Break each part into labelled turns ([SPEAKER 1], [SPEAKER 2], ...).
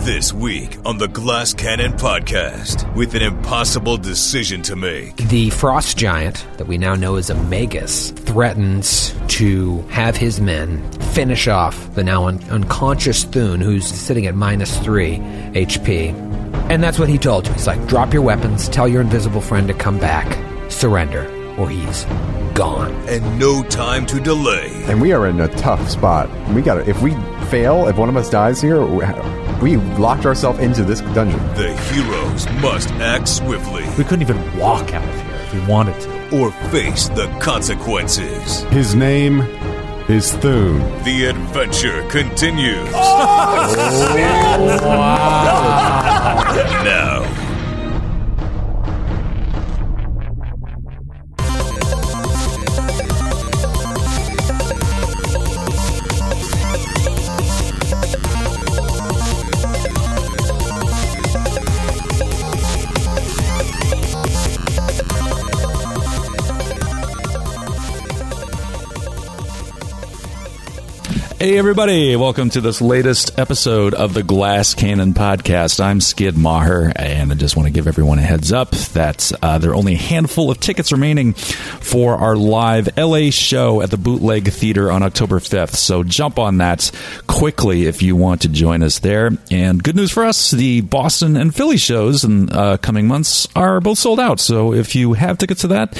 [SPEAKER 1] This week on the Glass Cannon podcast, with an impossible decision to make.
[SPEAKER 2] The frost giant that we now know as Omegas threatens to have his men finish off the now un- unconscious Thune, who's sitting at minus three HP. And that's what he told you. He's like, drop your weapons, tell your invisible friend to come back, surrender, or he's gone.
[SPEAKER 1] and no time to delay.
[SPEAKER 3] and we are in a tough spot. We got to if we fail, if one of us dies here, we locked ourselves into this dungeon.
[SPEAKER 1] The heroes must act swiftly
[SPEAKER 4] We couldn't even walk out of here if we wanted to.
[SPEAKER 1] or face the consequences.
[SPEAKER 5] His name is Thune.
[SPEAKER 1] The adventure continues.
[SPEAKER 4] Oh,
[SPEAKER 1] Now,
[SPEAKER 6] Hey, everybody, welcome to this latest episode of the Glass Cannon Podcast. I'm Skid Maher, and I just want to give everyone a heads up that uh, there are only a handful of tickets remaining for our live LA show at the Bootleg Theater on October 5th. So jump on that quickly if you want to join us there. And good news for us the Boston and Philly shows in uh, coming months are both sold out. So if you have tickets to that,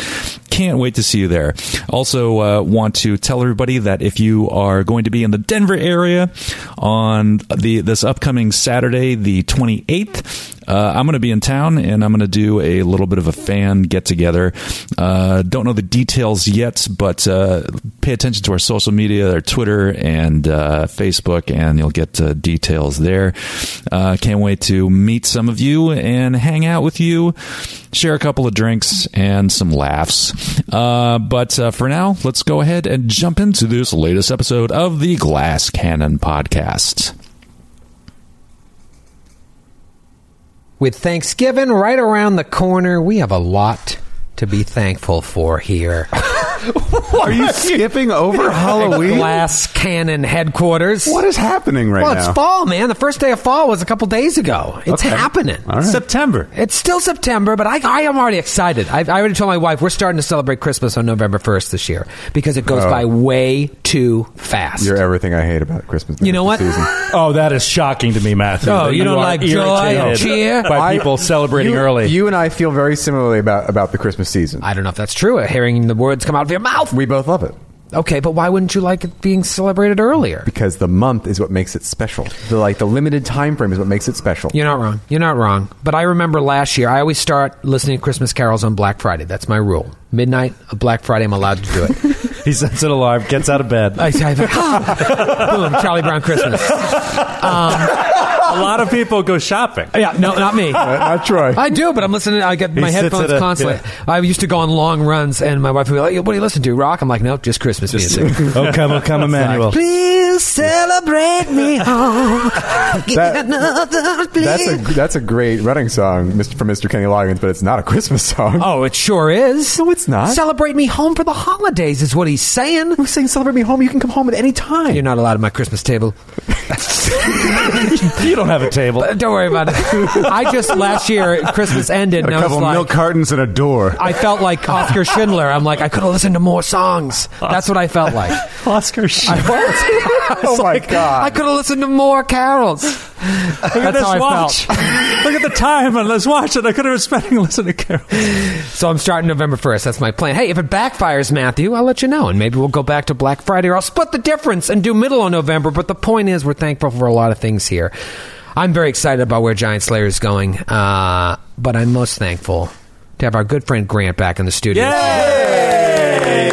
[SPEAKER 6] can't wait to see you there. Also, uh, want to tell everybody that if you are going to be in the Denver area on the this upcoming Saturday, the 28th, uh, I'm going to be in town and I'm going to do a little bit of a fan get together. Uh, don't know the details yet, but uh, pay attention to our social media, our Twitter and uh, Facebook, and you'll get uh, details there. Uh, can't wait to meet some of you and hang out with you share a couple of drinks and some laughs. Uh, but uh, for now, let's go ahead and jump into this latest episode of the Glass Cannon podcast.
[SPEAKER 2] With Thanksgiving right around the corner, we have a lot to be thankful for here.
[SPEAKER 3] Are you skipping over Halloween?
[SPEAKER 2] Glass Cannon headquarters.
[SPEAKER 3] What is happening right
[SPEAKER 2] well,
[SPEAKER 3] now?
[SPEAKER 2] it's fall, man. The first day of fall was a couple days ago. It's
[SPEAKER 3] Okay.
[SPEAKER 2] happening.
[SPEAKER 3] All right.
[SPEAKER 4] September.
[SPEAKER 2] It's still September, but I, I am already excited. I've, I already told my wife we're starting to celebrate Christmas on November 1st this year because it goes by way too fast.
[SPEAKER 3] You're everything I hate about Christmas.
[SPEAKER 2] You know what?
[SPEAKER 3] Season.
[SPEAKER 4] Oh, that is shocking to me, Matthew.
[SPEAKER 2] Oh,
[SPEAKER 4] that
[SPEAKER 2] you don't
[SPEAKER 4] are
[SPEAKER 2] like joy and
[SPEAKER 4] irritated
[SPEAKER 2] cheer?
[SPEAKER 4] by people
[SPEAKER 3] I-
[SPEAKER 4] celebrating
[SPEAKER 3] you-
[SPEAKER 4] early.
[SPEAKER 3] You and I feel very similarly about about the Christmas season.
[SPEAKER 2] I don't know if that's true. Hearing the words come out of your mouth.
[SPEAKER 3] we both love it
[SPEAKER 2] Okay, but why wouldn't you like it being celebrated earlier?
[SPEAKER 3] because the month is what makes it special. The like the limited time frame is what makes it special.
[SPEAKER 2] You're not wrong. You're not wrong. But I remember last year, I always start listening to Christmas carols on Black Friday. That's my rule. Midnight of Black Friday, I'm allowed to do it.
[SPEAKER 4] he sets an alarm, gets out of bed.
[SPEAKER 2] I, I, boom, Charlie Brown Christmas. Um,
[SPEAKER 4] a lot of people go shopping.
[SPEAKER 2] Yeah, no, not me.
[SPEAKER 3] Not Troy.
[SPEAKER 2] I do, but I'm listening. I get my
[SPEAKER 4] sits
[SPEAKER 2] headphones
[SPEAKER 4] at a-
[SPEAKER 2] constantly. I used to go on long runs, and my wife would be like, "What do you listen to? Rock?" I'm like, "No, just Christmas music."
[SPEAKER 4] Oh, come, oh, come, Emmanuel.
[SPEAKER 2] Please celebrate me home.
[SPEAKER 3] That- That's a that's a great running song Mr. from Mr. Kenny Loggins, but it's not a Christmas song.
[SPEAKER 2] oh, it sure is.
[SPEAKER 3] No, it's not.
[SPEAKER 2] Celebrate me home for the holidays is what he's saying.
[SPEAKER 3] Who's saying celebrate me home? You can come home at any time.
[SPEAKER 2] You're not allowed at my Christmas table.
[SPEAKER 4] you don't have a table.
[SPEAKER 2] Uh, Don't worry about it. I just last year Christmas ended, and I was like,
[SPEAKER 5] cartons and a door.
[SPEAKER 2] I felt like Oscar Schindler. I'm like, I could have listened to more songs. That's what I felt like.
[SPEAKER 4] Oscar Schindler.
[SPEAKER 3] oh my god!
[SPEAKER 2] I could have listened to more carols. That's how I felt.
[SPEAKER 4] Look at the time on this watch that I could have been spending listening to Carol.
[SPEAKER 2] So I'm starting November 1st. That's my plan. Hey, if it backfires, Matthew, I'll let you know. And maybe we'll go back to Black Friday or I'll split the difference and do middle on November. But the point is, we're thankful for a lot of things here. I'm very excited about where Giant Slayer is going. Uh, but I'm most thankful to have our good friend Grant back in the studio.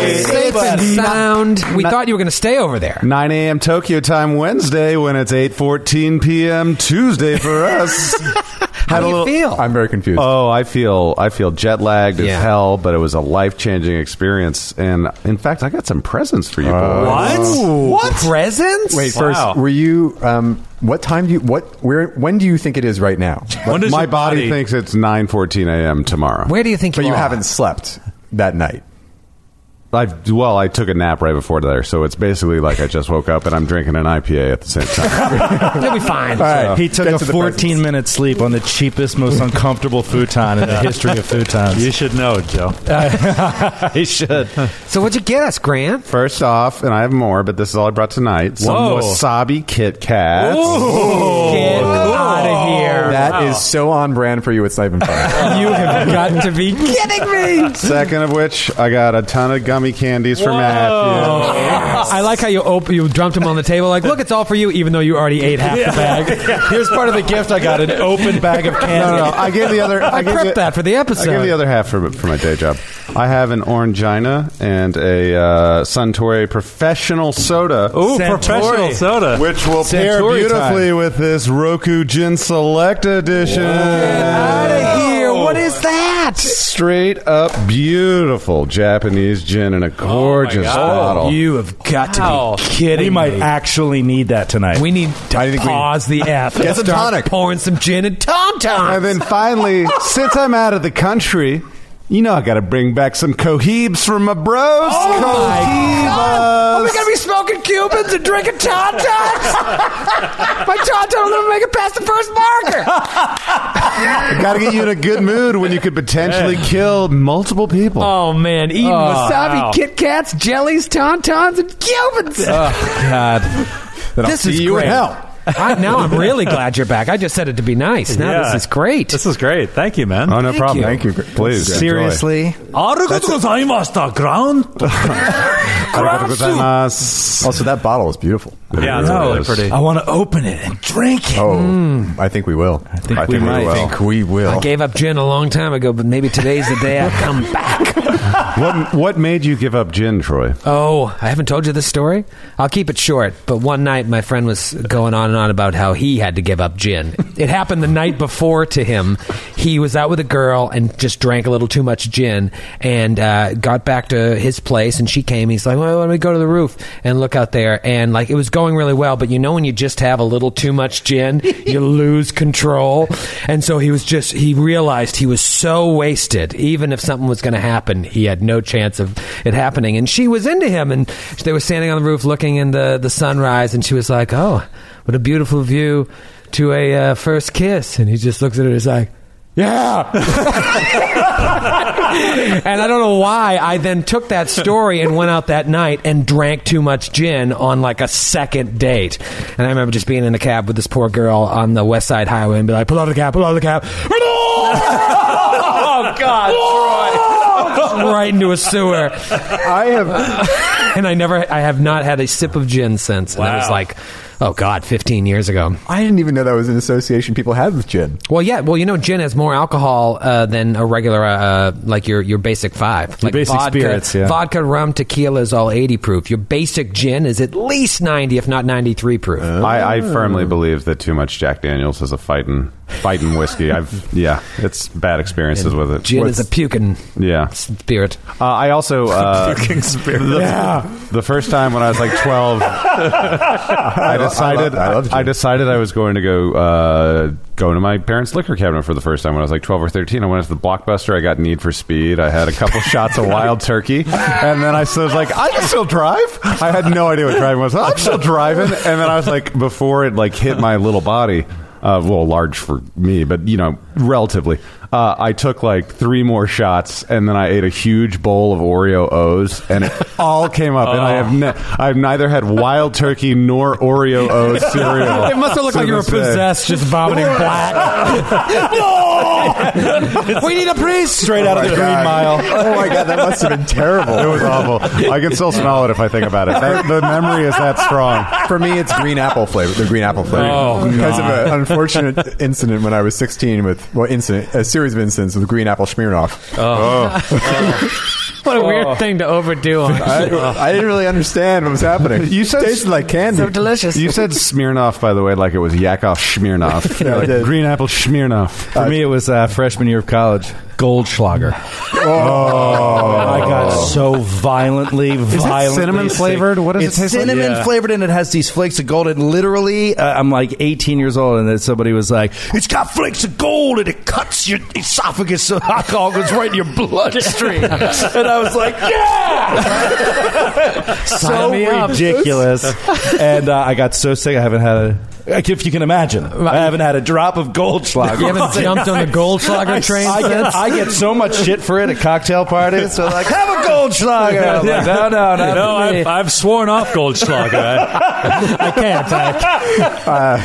[SPEAKER 2] Safe and sound. We thought you were going to stay over there.
[SPEAKER 5] 9 a.m. Tokyo time Wednesday when it's 8:14 p.m. Tuesday for us.
[SPEAKER 2] How do you feel?
[SPEAKER 3] I'm very confused.
[SPEAKER 5] Oh, I feel I feel jet lagged
[SPEAKER 2] Yeah.
[SPEAKER 5] as hell, but it was a life changing experience. And in fact, I got some presents for you
[SPEAKER 7] Uh,
[SPEAKER 5] boys.
[SPEAKER 2] what presents?
[SPEAKER 3] Wait, first,
[SPEAKER 7] Wow.
[SPEAKER 3] were you? Um, what time do you? What? Where? When do you think it is right now?
[SPEAKER 7] When does
[SPEAKER 5] My
[SPEAKER 7] your
[SPEAKER 5] body, thinks it's 9:14 a.m. tomorrow.
[SPEAKER 2] Where do you think
[SPEAKER 3] But you
[SPEAKER 2] are?
[SPEAKER 3] haven't slept that night.
[SPEAKER 5] I've well, I took a nap right before there, so it's basically like I just woke up and I'm drinking an IPA at the same time.
[SPEAKER 2] You'll be fine.
[SPEAKER 6] Uh,
[SPEAKER 4] He took
[SPEAKER 3] get
[SPEAKER 4] a
[SPEAKER 3] to the
[SPEAKER 4] 14 minute sleep on the cheapest, most uncomfortable futon in the history of futons.
[SPEAKER 6] You should know, Joe.
[SPEAKER 4] I should.
[SPEAKER 2] So what'd you get us, Grant?
[SPEAKER 5] First off, and I have more, but this is all I brought tonight. Some
[SPEAKER 7] Whoa.
[SPEAKER 5] wasabi Kit Kats.
[SPEAKER 2] get out of here.
[SPEAKER 3] Oh, That is so on brand for you. It's not even funny.
[SPEAKER 2] you have got to be kidding me.
[SPEAKER 5] Second of which, I got a ton of gummy candies for Matthew.
[SPEAKER 2] Oh, I like how you op- you dumped him on the table. Like, look, it's all for you, even though you already ate half the bag. Here's part of the gift. I got an open bag of candy.
[SPEAKER 5] No, no, no. I gave the other. I,
[SPEAKER 2] I
[SPEAKER 5] gave
[SPEAKER 2] prepped
[SPEAKER 5] the-
[SPEAKER 2] that for the episode.
[SPEAKER 5] I give the other half for, for my day job. I have an orangina and a uh, Suntory professional soda.
[SPEAKER 6] Ooh,
[SPEAKER 2] Santori.
[SPEAKER 6] professional soda.
[SPEAKER 5] Which will pair
[SPEAKER 4] Santori
[SPEAKER 5] beautifully with this Roku Gin Select edition.
[SPEAKER 2] Out of here. What is that?
[SPEAKER 5] Straight up beautiful Japanese gin
[SPEAKER 2] Oh
[SPEAKER 5] in a gorgeous bottle.
[SPEAKER 4] You have got
[SPEAKER 2] Wow.
[SPEAKER 4] to be kidding.
[SPEAKER 2] We might
[SPEAKER 4] actually need that tonight.
[SPEAKER 2] We need to
[SPEAKER 3] I think we-
[SPEAKER 2] pause the app.
[SPEAKER 3] Get
[SPEAKER 2] and
[SPEAKER 3] some
[SPEAKER 2] start
[SPEAKER 3] tonic.
[SPEAKER 2] Pouring some gin and tom
[SPEAKER 5] and
[SPEAKER 2] tom.
[SPEAKER 5] then finally, since I'm out of the country, you know I got to bring back some cohibs from Oh my Oh bros.
[SPEAKER 2] Oh Are we
[SPEAKER 5] Cohibas.
[SPEAKER 2] Oh, gonna be smoking Cubans and drinking tom toms? My tom tom will never make it past the first marker.
[SPEAKER 5] Got to get you in a good mood when you could potentially kill multiple people.
[SPEAKER 2] Oh man, eating wasabi Kit Kats, jellies, tom toms, and Cubans.
[SPEAKER 6] God.
[SPEAKER 2] this is
[SPEAKER 3] you in
[SPEAKER 2] great.
[SPEAKER 3] hell.
[SPEAKER 2] I, now I'm really glad you're back. I just said it to be nice. Now
[SPEAKER 6] Yeah.
[SPEAKER 2] this is great.
[SPEAKER 6] This is great. Thank you, man.
[SPEAKER 5] Oh, no problem.
[SPEAKER 2] you.
[SPEAKER 5] Thank you. Please. enjoy.
[SPEAKER 4] Seriously,
[SPEAKER 6] ground.
[SPEAKER 5] Arigato gozaimasu.
[SPEAKER 3] Also, that bottle is beautiful.
[SPEAKER 6] Yeah, it's really pretty.
[SPEAKER 4] I want to open it and drink it.
[SPEAKER 3] Oh, I think we will. I think,
[SPEAKER 6] we might.
[SPEAKER 3] will.
[SPEAKER 6] I
[SPEAKER 3] think we will.
[SPEAKER 2] I gave up gin a long time ago, but maybe today's the day I come back.
[SPEAKER 5] What, what made you give up gin, Troy?
[SPEAKER 2] Oh, I haven't told you this story? I'll keep it short, but one night my friend was going on and on about how he had to give up gin. It happened the night before to him. He was out with a girl and just drank a little too much gin and uh, got back to his place, and she came. He's like, well, why don't we go to the roof and look out there? And like, it was going really well, but you know when you just have a little too much gin, you lose control. And so he was just, he realized he was so wasted. Even if something was going to happen, he had no chance of it happening. And she was into him, and they were standing on the roof looking in the, the sunrise, and she was like, Oh, what a beautiful view to a uh, first kiss. And he just looks at her and is like, and I don't know why I then took that story and went out that night and drank too much gin on like a second date. And I remember just being in a cab with this poor girl on the West Side Highway and be like, pull out of the cab, pull out of the cab. oh, God, Troy. Just right into a sewer.
[SPEAKER 3] I have.
[SPEAKER 2] And I never, I have not had a sip of gin since. And that was like, oh, God, 15 years ago.
[SPEAKER 3] I didn't even know that was an association people had with gin.
[SPEAKER 2] Well, yeah. Well, you know, gin has more alcohol uh, than a regular, uh, like your your basic five. like
[SPEAKER 4] basic
[SPEAKER 2] vodka,
[SPEAKER 4] spirits, yeah.
[SPEAKER 2] Vodka, rum, tequila is all eighty proof. Your basic gin is at least ninety, if not ninety three proof.
[SPEAKER 5] I, I firmly believe that too much Jack Daniels is a fighting fighting whiskey. I've yeah, it's bad experiences with it.
[SPEAKER 2] gin
[SPEAKER 5] With-
[SPEAKER 2] is a puking
[SPEAKER 5] yeah.
[SPEAKER 2] spirit.
[SPEAKER 5] Uh, I also uh, The, the first time when I was like twelve, I decided
[SPEAKER 3] I
[SPEAKER 5] I,
[SPEAKER 3] love gin.
[SPEAKER 5] decided I was going to go uh, go to my parents' liquor cabinet for the first time when I was like twelve or thirteen. I went to the Blockbuster. I got Need for Speed. I had a couple shots of Wild Turkey, and then I still was like, I can still drive. I had no idea what driving was. I'm still driving, and then I was like, before it like hit my little body. Uh, well, large for me, but you know, relatively. Uh, I took like three more shots, and then I ate a huge bowl of Oreo O's, and it all came up. And I have ne- I've neither had wild turkey nor Oreo O's cereal.
[SPEAKER 2] It must have looked
[SPEAKER 5] to
[SPEAKER 2] like you were
[SPEAKER 5] this day.
[SPEAKER 2] possessed, just vomiting black. we need a priest. Straight
[SPEAKER 3] out of the Green Mile. Oh my god, that must have been
[SPEAKER 5] It
[SPEAKER 3] terrible.
[SPEAKER 5] was awful. I can still smell it if I think about it. That- the memory is that strong.
[SPEAKER 3] For me, it's green apple flavor. The green apple flavor.
[SPEAKER 2] Oh,
[SPEAKER 3] because of an unfortunate incident when I was 16 with well, incident a series of incidents with green apple Smirnoff. Oh,
[SPEAKER 2] what a weird thing to overdo on.
[SPEAKER 3] I, I didn't really understand what was happening.
[SPEAKER 5] You said-
[SPEAKER 3] tasted like candy.
[SPEAKER 2] so delicious.
[SPEAKER 5] You said Smirnoff, by the way, like it was Yakov Smirnoff.
[SPEAKER 3] Yeah, I
[SPEAKER 5] Like,
[SPEAKER 3] did.
[SPEAKER 5] green apple Smirnoff.
[SPEAKER 4] For me, it was uh, freshman year of college. Goldschlager. Oh, I got so violently,
[SPEAKER 5] Oh. Is
[SPEAKER 4] violently
[SPEAKER 5] it cinnamon
[SPEAKER 4] sick.
[SPEAKER 5] flavored? What does
[SPEAKER 4] it's
[SPEAKER 5] it taste
[SPEAKER 4] cinnamon
[SPEAKER 5] like?
[SPEAKER 4] flavored, and it has these flakes of gold. And literally, uh, I'm like 18 years old, and then somebody was like, "It's got flakes of gold, and it cuts your esophagus, so alcohol goes right in your bloodstream." and I was like, "Yeah!" so
[SPEAKER 2] me up.
[SPEAKER 4] ridiculous. and uh, I got so sick, I haven't had a. Like if you can imagine, I haven't had a drop of Goldschlager.
[SPEAKER 2] You haven't jumped on the Goldschlager train
[SPEAKER 4] Oh, I
[SPEAKER 2] since?
[SPEAKER 4] get, I get so much shit for it at cocktail parties. So like, have a Goldschlager. I'm like, no, no, no.
[SPEAKER 6] No, I've, I've sworn off Goldschlager. I, I can't. I,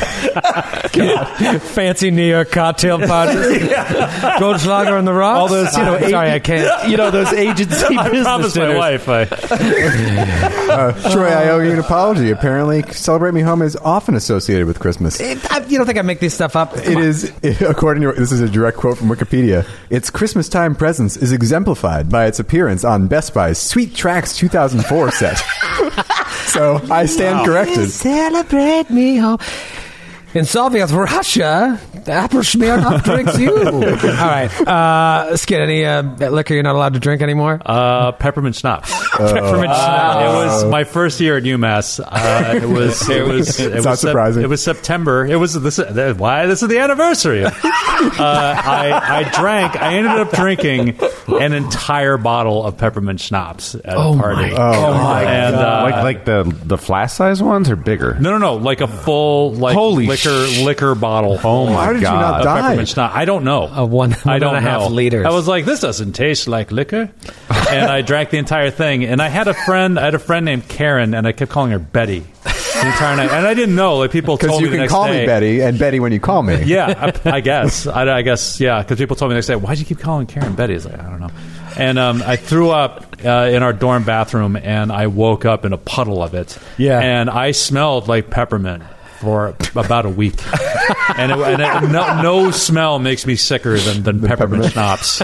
[SPEAKER 2] Fancy New York cocktail parties. Goldschlager on the rocks.
[SPEAKER 4] all those, you know,
[SPEAKER 2] I'm sorry, I can't.
[SPEAKER 4] You know those agency
[SPEAKER 6] I
[SPEAKER 4] business
[SPEAKER 6] promised my
[SPEAKER 4] dinners.
[SPEAKER 6] wife. I,
[SPEAKER 3] Troy, I owe you an apology. Apparently, "Celebrate Me Home" is often associated with Christmas.
[SPEAKER 2] It, I, you don't think I make this stuff up?
[SPEAKER 3] It is, according to this is a direct quote from Wikipedia. Its Christmas time presence is exemplified by its appearance on Best Buy's Sweet Tracks 2004 set. so I stand corrected.
[SPEAKER 6] Oh
[SPEAKER 2] Celebrate me oh. home. In Soviet Russia, the apple Smirnoff drinks you. All right, uh, Skid, any uh, liquor you're not allowed to drink anymore?
[SPEAKER 6] uh, peppermint schnapps. peppermint schnapps. It was my first year at UMass. Uh, it was. It was. It was
[SPEAKER 3] not
[SPEAKER 6] Sep-
[SPEAKER 3] surprising.
[SPEAKER 6] it was September. It was this. that- Why this is the anniversary? Uh, I, I drank. I ended up drinking an entire bottle of peppermint schnapps at
[SPEAKER 2] Oh
[SPEAKER 6] a
[SPEAKER 2] my
[SPEAKER 6] party.
[SPEAKER 2] God.
[SPEAKER 6] Oh my and, uh,
[SPEAKER 5] like like the the flask size ones are bigger.
[SPEAKER 6] No, no, no! Like a full like
[SPEAKER 5] Holy
[SPEAKER 6] liquor
[SPEAKER 5] sh-
[SPEAKER 6] liquor bottle.
[SPEAKER 5] Oh my
[SPEAKER 3] How did you
[SPEAKER 5] god!
[SPEAKER 3] not
[SPEAKER 6] of
[SPEAKER 3] die?
[SPEAKER 6] peppermint schnapps. I don't know.
[SPEAKER 2] A one-
[SPEAKER 6] I
[SPEAKER 2] one
[SPEAKER 6] don't
[SPEAKER 2] and a half
[SPEAKER 6] know.
[SPEAKER 2] liters.
[SPEAKER 6] I was like, this doesn't taste like liquor, and I drank the entire thing. And I had a friend. I had a friend named Karen, and I kept calling her Betty the entire night. And I didn't know. Like people
[SPEAKER 3] Because
[SPEAKER 6] told
[SPEAKER 3] you
[SPEAKER 6] me the
[SPEAKER 3] can
[SPEAKER 6] next
[SPEAKER 3] call me
[SPEAKER 6] day-
[SPEAKER 3] Betty, and Betty when you call me.
[SPEAKER 6] Yeah, I, I guess. I, I guess. Yeah, because people told me the next day, why would you keep calling Karen Betty? I was like, I don't know. And um, I threw up uh, in our dorm bathroom, and I woke up in a puddle of it.
[SPEAKER 4] Yeah.
[SPEAKER 6] and I smelled like peppermint. For about a week, and, it, and it, no, no smell makes me sicker than, than peppermint, schnapps.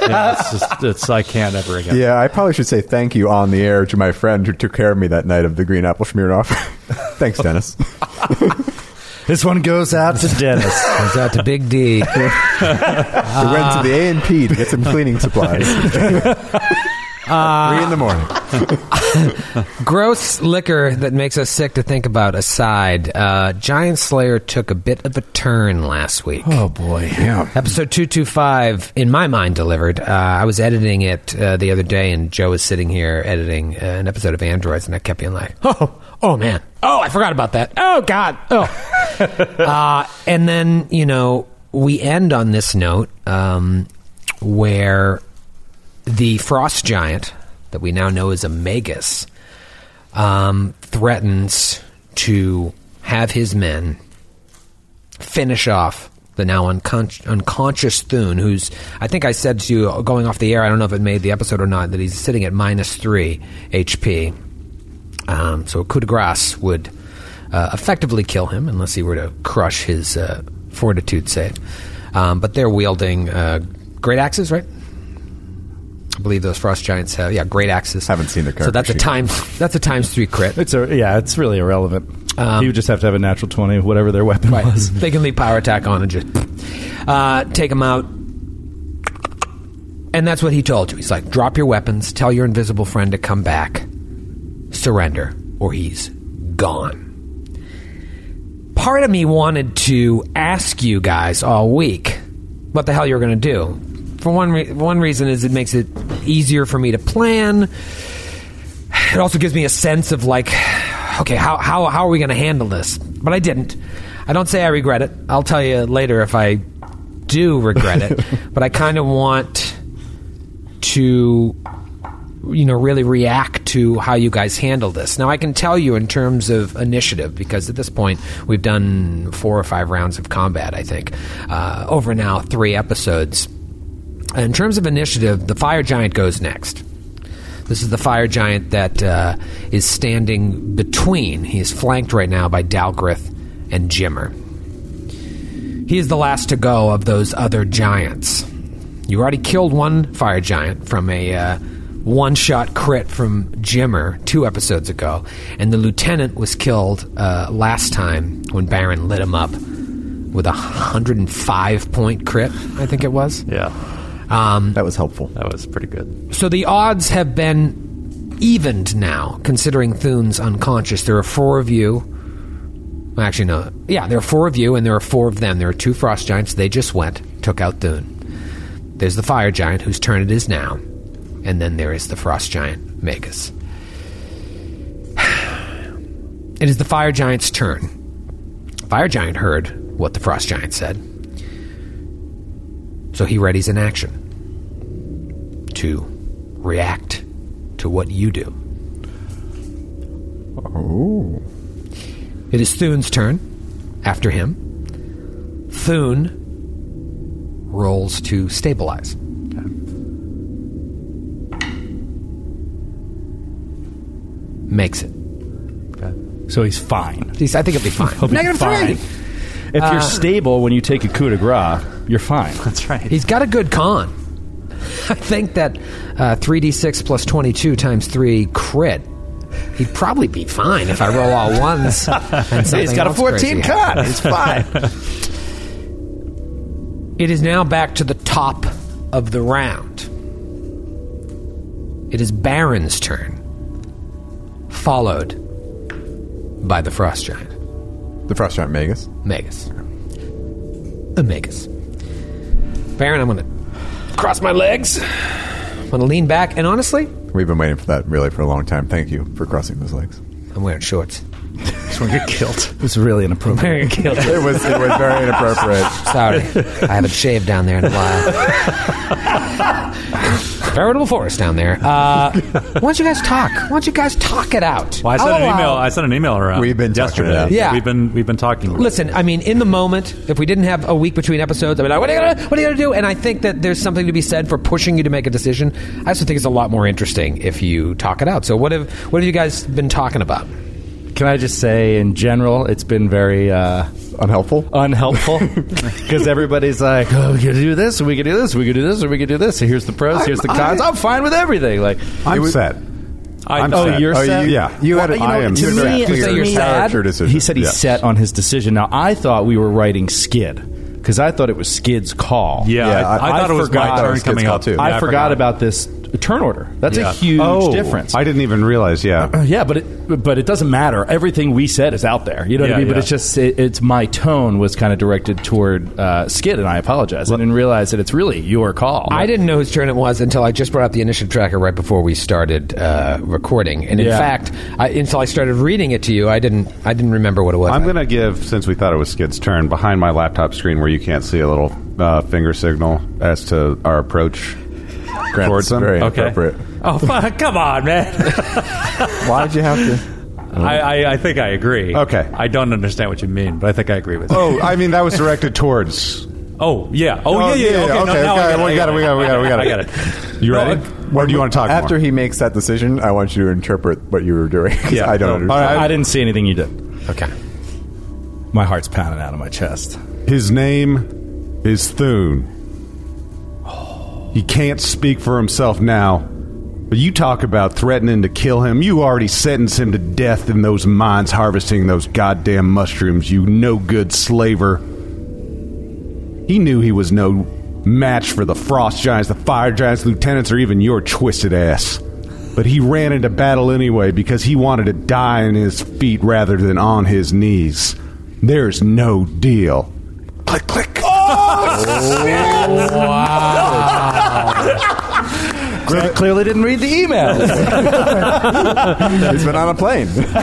[SPEAKER 6] Yeah, it's just, it's I can't ever again.
[SPEAKER 3] Yeah, I probably should say thank you on the air to my friend who took care of me that night of the green apple Smirnoff. Thanks, Dennis.
[SPEAKER 4] This one goes out to Dennis.
[SPEAKER 2] Goes out to Big D.
[SPEAKER 3] we went to the
[SPEAKER 6] Ah.
[SPEAKER 3] A and P to get some cleaning supplies. Three in the morning.
[SPEAKER 2] Gross liquor that makes us sick to think about aside, uh, Giant Slayer took a bit of a turn last week.
[SPEAKER 4] oh boy. Yeah.
[SPEAKER 2] Episode 225, in my mind, delivered. Uh, I was editing it uh, the other day, and Joe was sitting here editing uh, an episode of Androids, and I kept being like, oh, oh, man. Oh, I forgot about that. Oh, God. Oh. uh, and then, you know, we end on this note um, where the frost giant that we now know as a magus um, threatens to have his men finish off the now uncon- unconscious Thune, who's I think I said to you uh, going off the air. I don't know if it made the episode or not that he's sitting at minus three HP. Um, so a coup de grace would uh, effectively kill him unless he were to crush his uh, fortitude save. Um, but they're wielding uh, great axes, right? I believe those frost giants have yeah great axes.
[SPEAKER 3] Haven't seen the
[SPEAKER 2] so
[SPEAKER 3] card
[SPEAKER 2] that's a
[SPEAKER 3] machine.
[SPEAKER 2] time that's a times three crit.
[SPEAKER 4] It's a yeah. It's really irrelevant. you just have to have a natural twenty, whatever their weapon
[SPEAKER 2] Right.
[SPEAKER 4] was.
[SPEAKER 2] they can leave power attack on and just uh, take them out. And that's what he told you. He's like, drop your weapons, tell your invisible friend to come back, surrender, or he's gone. Part of me wanted to ask you guys all week what the hell you're going to do. For one, re- one reason is it makes it easier for me to plan it also gives me a sense of like okay how, how, how are we going to handle this but i didn't i don't say i regret it i'll tell you later if i do regret it but i kind of want to you know really react to how you guys handle this now i can tell you in terms of initiative because at this point we've done four or five rounds of combat i think uh, over now three episodes in terms of initiative the fire giant goes next this is the fire giant that uh, is standing between. He is flanked right now by Dalgrith and Jimmer. He is the last to go of those other giants. You already killed one fire giant from a uh, one shot crit from Jimmer two episodes ago, and the lieutenant was killed uh, last time when Baron lit him up with a 105 point crit, I think it was.
[SPEAKER 6] Yeah,
[SPEAKER 3] That was helpful.
[SPEAKER 6] that was pretty good.
[SPEAKER 2] So the odds have been evened now, considering Thune's unconscious. There are four of you. Well, Actually, no. Yeah, there are four of you, and there are four of them. There are two frost giants. They just went, took out Thune. There's the fire giant, whose turn it is now. And then there is the frost giant, Magus. It is the fire giant's turn. Fire giant heard what the frost giant said. So he readies an action to react to what you do. Oh.
[SPEAKER 4] Oh.
[SPEAKER 2] It is Thune's turn. After him, Thune rolls to stabilize. Makes it.
[SPEAKER 4] So he's fine.
[SPEAKER 2] At least I think it'll be fine.
[SPEAKER 4] He'll be fine. If you're stable when you take a coup de grace, you're fine.
[SPEAKER 6] That's right.
[SPEAKER 2] He's got a good con. I think that uh, 3d6 plus 22 times 3 crit. He'd probably be fine if I roll all ones. And
[SPEAKER 4] He's got a 14 cut. It's fine.
[SPEAKER 2] It is now back to the top of the round. It is Baron's turn, followed by the Frost Giant.
[SPEAKER 3] The frost giant Magus.
[SPEAKER 2] Magus. A Magus. Baron, I'm going to cross my legs. I'm going to lean back, and honestly,
[SPEAKER 3] We've been waiting for that really for a long time. Thank you for crossing those legs.
[SPEAKER 2] I'm wearing shorts.
[SPEAKER 4] He's going to get killed. It's really inappropriate.
[SPEAKER 3] It was it was very inappropriate.
[SPEAKER 2] Sorry, I haven't shaved down there in a while. Veritable forest down there. Uh, why don't you guys talk? Why don't you guys talk it out?
[SPEAKER 6] Well, I sent
[SPEAKER 2] I'll
[SPEAKER 6] an email.
[SPEAKER 2] allow-
[SPEAKER 6] I sent an email around.
[SPEAKER 3] We've been talking
[SPEAKER 6] yesterday.
[SPEAKER 3] about it.
[SPEAKER 2] Yeah.
[SPEAKER 6] we've been we've been talking.
[SPEAKER 2] Listen, I mean, in the moment, if we didn't have a week between episodes, I'd be like, "What are you gonna? What are you gonna do?" And I think that there's something to be said for pushing you to make a decision. I also think it's a lot more interesting if you talk it out. So, what have what have you guys been talking about?
[SPEAKER 4] Can I just say, in general, it's been very uh,
[SPEAKER 3] Unhelpful.
[SPEAKER 4] unhelpful because everybody's like, "Oh, we could do this, we could do this, we could do this, or we could do this." Here's the pros, here's the cons. I, am fine with everything. Like,
[SPEAKER 5] I'm
[SPEAKER 3] was-
[SPEAKER 5] set.
[SPEAKER 6] I-
[SPEAKER 5] I'm
[SPEAKER 6] oh,
[SPEAKER 5] set.
[SPEAKER 4] you're set?
[SPEAKER 5] You, yeah.
[SPEAKER 3] You had. a-
[SPEAKER 4] Well, you know,
[SPEAKER 5] I am
[SPEAKER 4] to
[SPEAKER 3] you had a
[SPEAKER 4] me,
[SPEAKER 3] very
[SPEAKER 4] it's
[SPEAKER 3] clear
[SPEAKER 4] that you're
[SPEAKER 3] character
[SPEAKER 2] sad.
[SPEAKER 3] decision.
[SPEAKER 4] he said he's
[SPEAKER 3] Yes.
[SPEAKER 4] set on his decision. Now, I thought we were writing Skid because I thought it was Skid's call.
[SPEAKER 6] Yeah,
[SPEAKER 3] Yeah,
[SPEAKER 6] I, I
[SPEAKER 3] I-
[SPEAKER 6] thought it was
[SPEAKER 3] forgot
[SPEAKER 6] my
[SPEAKER 3] that
[SPEAKER 6] turn
[SPEAKER 3] was
[SPEAKER 6] coming
[SPEAKER 3] Kid's
[SPEAKER 6] up
[SPEAKER 3] call, too.
[SPEAKER 6] Yeah,
[SPEAKER 4] I, forgot, about this turn order. That's
[SPEAKER 6] Yeah.
[SPEAKER 4] a huge
[SPEAKER 5] oh,
[SPEAKER 4] difference. Uh,
[SPEAKER 5] I didn't even realize. Yeah.
[SPEAKER 4] yeah, but it, but it doesn't matter. Everything we said is out there. You know what
[SPEAKER 6] Yeah,
[SPEAKER 4] I mean? But
[SPEAKER 6] yeah.
[SPEAKER 4] it's just it, it's my tone was kind of directed toward uh, Skid, and I apologize. I didn't realize that it's really your call.
[SPEAKER 2] I didn't know whose turn it was until I just brought up the initiative tracker right before we started uh, recording. And in
[SPEAKER 4] Yeah.
[SPEAKER 2] fact, I, until I started reading it to you, I didn't I didn't remember what it was.
[SPEAKER 5] I'm going to give, since we thought it was Skid's turn, behind my laptop screen where you can't see a little uh, finger signal as to our approach
[SPEAKER 3] Grant's
[SPEAKER 5] towards him.
[SPEAKER 3] Very
[SPEAKER 6] Okay.
[SPEAKER 3] inappropriate.
[SPEAKER 6] Oh, fuck, come on, man.
[SPEAKER 3] Why did you have to?
[SPEAKER 6] I, I, I think I agree.
[SPEAKER 5] Okay.
[SPEAKER 6] I don't understand what you mean, but I think I agree with you.
[SPEAKER 5] Oh, I mean, that was directed towards.
[SPEAKER 6] Oh, yeah. Oh,
[SPEAKER 5] Oh, yeah,
[SPEAKER 6] yeah, yeah. Okay,
[SPEAKER 5] yeah,
[SPEAKER 6] no,
[SPEAKER 5] okay,
[SPEAKER 6] now I
[SPEAKER 5] okay, we got it, we got it, we got it, we got
[SPEAKER 6] I got
[SPEAKER 5] it.
[SPEAKER 6] it.
[SPEAKER 5] You ready? Or do you want to talk
[SPEAKER 3] After
[SPEAKER 5] more?
[SPEAKER 3] he makes that decision, I want you to interpret what you were doing. 'cause
[SPEAKER 5] Yeah.
[SPEAKER 3] I don't
[SPEAKER 5] All
[SPEAKER 3] understand.
[SPEAKER 5] right.
[SPEAKER 4] Oh, I didn't see anything you did.
[SPEAKER 2] okay.
[SPEAKER 4] My heart's pounding out of my chest.
[SPEAKER 5] His name is Thune. He can't speak for himself now, but you talk about threatening to kill him. You already sentenced him to death in those mines harvesting those goddamn mushrooms, you no good slaver. He knew he was no match for the frost giants, the fire giants, lieutenants, or even your twisted ass. But he ran into battle anyway because he wanted to die on his feet rather than on his knees. There's no deal. Click, click.
[SPEAKER 4] Cle- clearly didn't read the email.
[SPEAKER 3] He's been on a plane.
[SPEAKER 2] All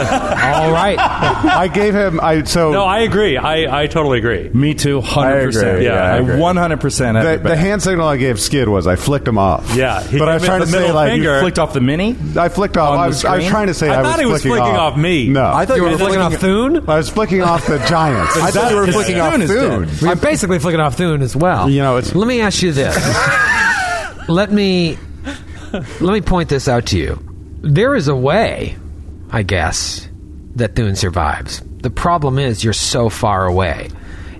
[SPEAKER 2] right.
[SPEAKER 5] I gave him. I so
[SPEAKER 6] No, I agree. I, I totally agree.
[SPEAKER 4] Me too, hundred percent.
[SPEAKER 3] agree, yeah, I agree.
[SPEAKER 4] one hundred percent.
[SPEAKER 5] the, the hand signal I gave Skid was I flicked him off.
[SPEAKER 6] Yeah, he
[SPEAKER 5] but I was
[SPEAKER 6] gave him
[SPEAKER 5] trying to
[SPEAKER 6] the
[SPEAKER 5] say
[SPEAKER 6] middle
[SPEAKER 5] like
[SPEAKER 6] finger.
[SPEAKER 4] flicked off the mini.
[SPEAKER 5] I flicked off.
[SPEAKER 4] On
[SPEAKER 5] I
[SPEAKER 4] the
[SPEAKER 5] was, I was
[SPEAKER 4] screen?
[SPEAKER 5] trying to say
[SPEAKER 6] I
[SPEAKER 5] I,
[SPEAKER 6] thought he was flicking off me.
[SPEAKER 5] No,
[SPEAKER 3] I thought you were
[SPEAKER 6] And then
[SPEAKER 3] flicking off.
[SPEAKER 2] Thune?
[SPEAKER 5] I was flicking off the giants.
[SPEAKER 3] I thought you were flicking off
[SPEAKER 4] Thune is
[SPEAKER 3] Thune.
[SPEAKER 2] I'm basically flicking off Thune as well.
[SPEAKER 5] You know, it's-
[SPEAKER 2] Let me ask you this. let me let me point this out to you. There is a way, I guess, that Thune survives. The problem is you're so far away.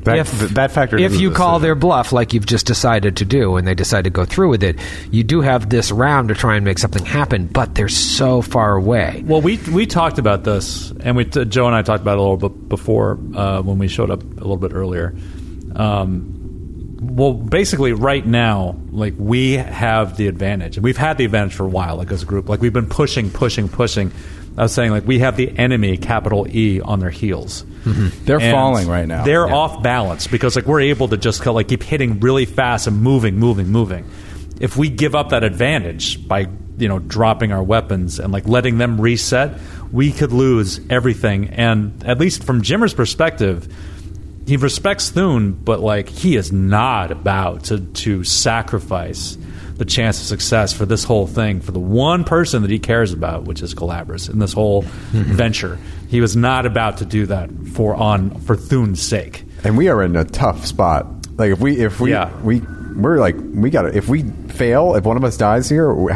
[SPEAKER 5] That, th- that factor.
[SPEAKER 2] If you call their bluff, like you've just decided to do, and they decide to go through with it, you do have this round to try and make something happen. But they're so far away.
[SPEAKER 6] Well, we we talked about this, and we t- Joe and I talked about it a little bit before uh, when we showed up a little bit earlier. Um, well, basically, right now, like we have the advantage, and we've had the advantage for a while, like as a group. Like we've been pushing, pushing, pushing. I was saying, like we have the enemy, capital E, on their heels.
[SPEAKER 4] They're
[SPEAKER 6] And
[SPEAKER 4] falling right now.
[SPEAKER 6] They're off balance because like we're able to just like keep hitting really fast and moving, moving, moving. If we give up that advantage by you know dropping our weapons and like letting them reset, we could lose everything. And at least from Jimmer's perspective, he respects Thune, but like he is not about to to sacrifice the chance of success for this whole thing for the one person that he cares about, which is Galabras in this whole
[SPEAKER 4] Mm-hmm.
[SPEAKER 6] venture. He was not about to do that for on for Thune's sake.
[SPEAKER 3] and we are in a tough spot. Like if we if we
[SPEAKER 6] Yeah.
[SPEAKER 3] we we're like we got to if we fail if one of us dies here we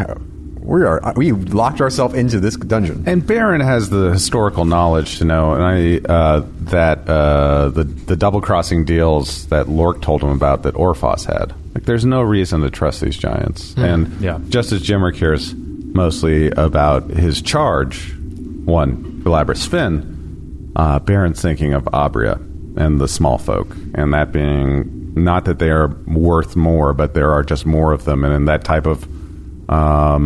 [SPEAKER 3] we are we locked ourselves into this dungeon.
[SPEAKER 5] And Baron has the historical knowledge to know, and I uh, that uh, the the double crossing deals that Lork told him about that Orphos had. Like, there's no reason to trust these giants. And
[SPEAKER 6] Yeah.
[SPEAKER 5] just as Jimmer cares mostly about his charge, one Galabras Finn, uh, Baron's thinking of Abria and the small folk, and that being not that they are worth more, but there are just more of them, and in that type of um,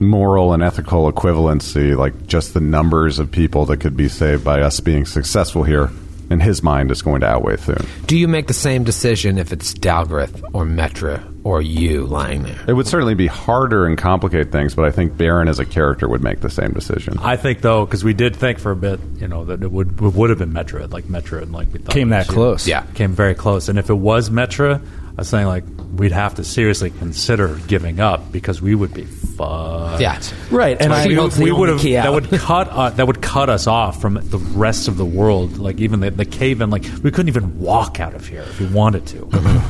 [SPEAKER 5] moral and ethical equivalency, like just the numbers of people that could be saved by us being successful here, in his mind, is going to outweigh Thune.
[SPEAKER 2] Do you make the same decision if it's Dalgrith or Metra or you lying there?
[SPEAKER 5] It would certainly be harder and complicate things, but I think Baron as a character would make the same decision.
[SPEAKER 6] I think though, because we did think for a bit, you know, that it would it would have been Metra, like Metra, and like we thought
[SPEAKER 4] Came
[SPEAKER 6] it
[SPEAKER 4] that
[SPEAKER 6] was,
[SPEAKER 4] close.
[SPEAKER 2] Yeah.
[SPEAKER 6] came very close. And if it was Metra, I was saying like we'd have to seriously consider giving up because we would be fucked.
[SPEAKER 2] Yeah.
[SPEAKER 4] Right, and I-
[SPEAKER 6] we,
[SPEAKER 4] Holds the
[SPEAKER 6] we
[SPEAKER 4] only
[SPEAKER 6] would have
[SPEAKER 4] key
[SPEAKER 6] that
[SPEAKER 4] out.
[SPEAKER 6] would cut uh, that would cut us off from the rest of the world. Like even the, the cave in, like we couldn't even walk out of here if we wanted to.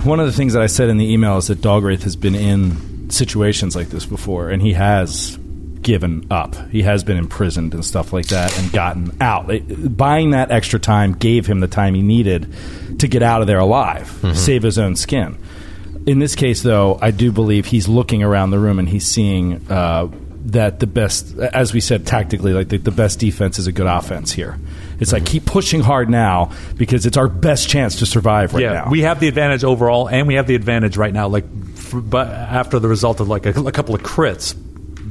[SPEAKER 4] One of the things that I said in the email is that Dalgraith has been in situations like this before, and he has given up. He has been imprisoned and stuff like that and gotten out. It- buying that extra time gave him the time he needed to get out of there alive,
[SPEAKER 6] Mm-hmm.
[SPEAKER 4] save his own skin. In this case, though, I do believe he's looking around the room and he's seeing uh, that the best, as we said tactically, like the, the best defense is a good offense here. It's
[SPEAKER 6] Mm-hmm.
[SPEAKER 4] like keep pushing hard now because it's our best chance to survive right
[SPEAKER 6] yeah,
[SPEAKER 4] now.
[SPEAKER 6] we have the advantage overall, and we have the advantage right now. Like, f- but after the result of like a, a couple of crits,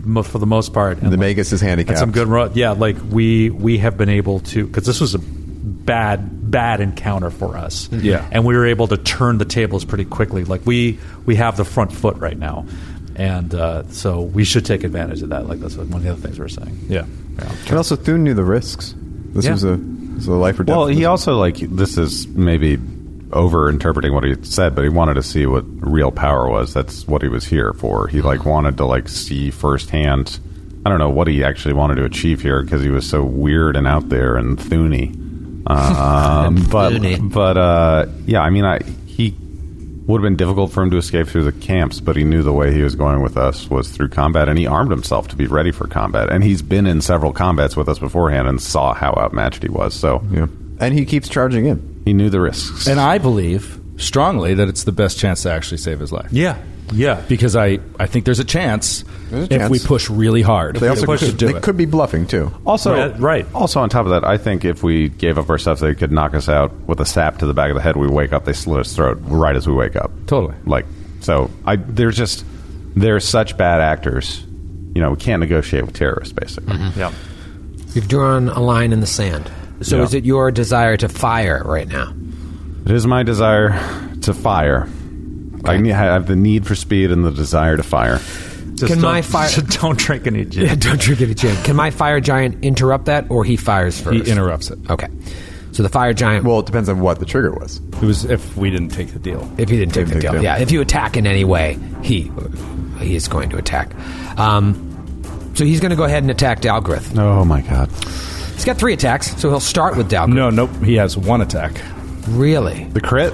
[SPEAKER 6] mo- for the most part, and
[SPEAKER 3] the
[SPEAKER 6] like,
[SPEAKER 3] Magus is handicapped.
[SPEAKER 6] That's some good run. Yeah, like we we have been able to because this was a bad bad encounter for us.
[SPEAKER 4] Yeah.
[SPEAKER 6] and we were able to turn the tables pretty quickly. Like we we have the front foot right now, and uh, so we should take advantage of that. Like that's one of the other things we we're saying.
[SPEAKER 4] Yeah.
[SPEAKER 3] And also Thune knew the risks. This
[SPEAKER 6] Yeah.
[SPEAKER 3] was a this was a life or death.
[SPEAKER 5] Well, he also like this is maybe over interpreting what he said, but he wanted to see what real power was. That's what he was here for. He like wanted to like see firsthand. I don't know what he actually wanted to achieve here because he was so weird and out there and thunny. Um, but
[SPEAKER 2] Thune.
[SPEAKER 5] but uh, yeah, I mean, I he would have been difficult for him to escape through the camps, but he knew the way he was going with us was through combat, and he armed himself to be ready for combat. And he's been in several combats with us beforehand and saw how outmatched he was. So
[SPEAKER 3] yeah. and he keeps charging in.
[SPEAKER 5] he knew the risks.
[SPEAKER 4] And I believe strongly that it's the best chance to actually save his life.
[SPEAKER 6] Yeah, yeah.
[SPEAKER 4] Because I, I think there's a chance
[SPEAKER 3] There's a
[SPEAKER 4] if
[SPEAKER 3] chance.
[SPEAKER 4] we push really hard.
[SPEAKER 3] They also
[SPEAKER 4] push
[SPEAKER 3] could, they could be bluffing too.
[SPEAKER 5] also,
[SPEAKER 6] Right, right.
[SPEAKER 5] Also, on top of that, I think if we gave up our stuff, they could knock us out with a sap to the back of the head. We wake up, they slit his throat right as we wake up.
[SPEAKER 4] Totally.
[SPEAKER 5] Like so, I they're just they're such bad actors. You know, we can't negotiate with terrorists, basically.
[SPEAKER 6] Yeah.
[SPEAKER 2] You've drawn a line in the sand. So
[SPEAKER 5] Yeah.
[SPEAKER 2] is it your desire to fire right now?
[SPEAKER 5] It is my desire to fire. I ne- I have the need for speed and the desire to fire.
[SPEAKER 2] Can
[SPEAKER 6] Just don't-
[SPEAKER 2] my fire-
[SPEAKER 6] just don't drink any gin.
[SPEAKER 2] Don't you give it to him. Can my fire giant interrupt that, or he fires first?
[SPEAKER 4] He interrupts it.
[SPEAKER 2] Okay. So the fire giant.
[SPEAKER 3] Well, it depends on what the trigger was.
[SPEAKER 4] It was if we didn't take the deal.
[SPEAKER 2] if he didn't take the
[SPEAKER 3] Didn't take
[SPEAKER 2] deal,
[SPEAKER 3] the deal.
[SPEAKER 2] yeah. If you attack in any way, he he is going to attack. Um, so he's going to go ahead and attack Dalgrith.
[SPEAKER 5] Oh my god!
[SPEAKER 2] He's got three attacks, so he'll start with Dalgrith.
[SPEAKER 4] No, nope. He has one attack.
[SPEAKER 2] Really?
[SPEAKER 5] The crit.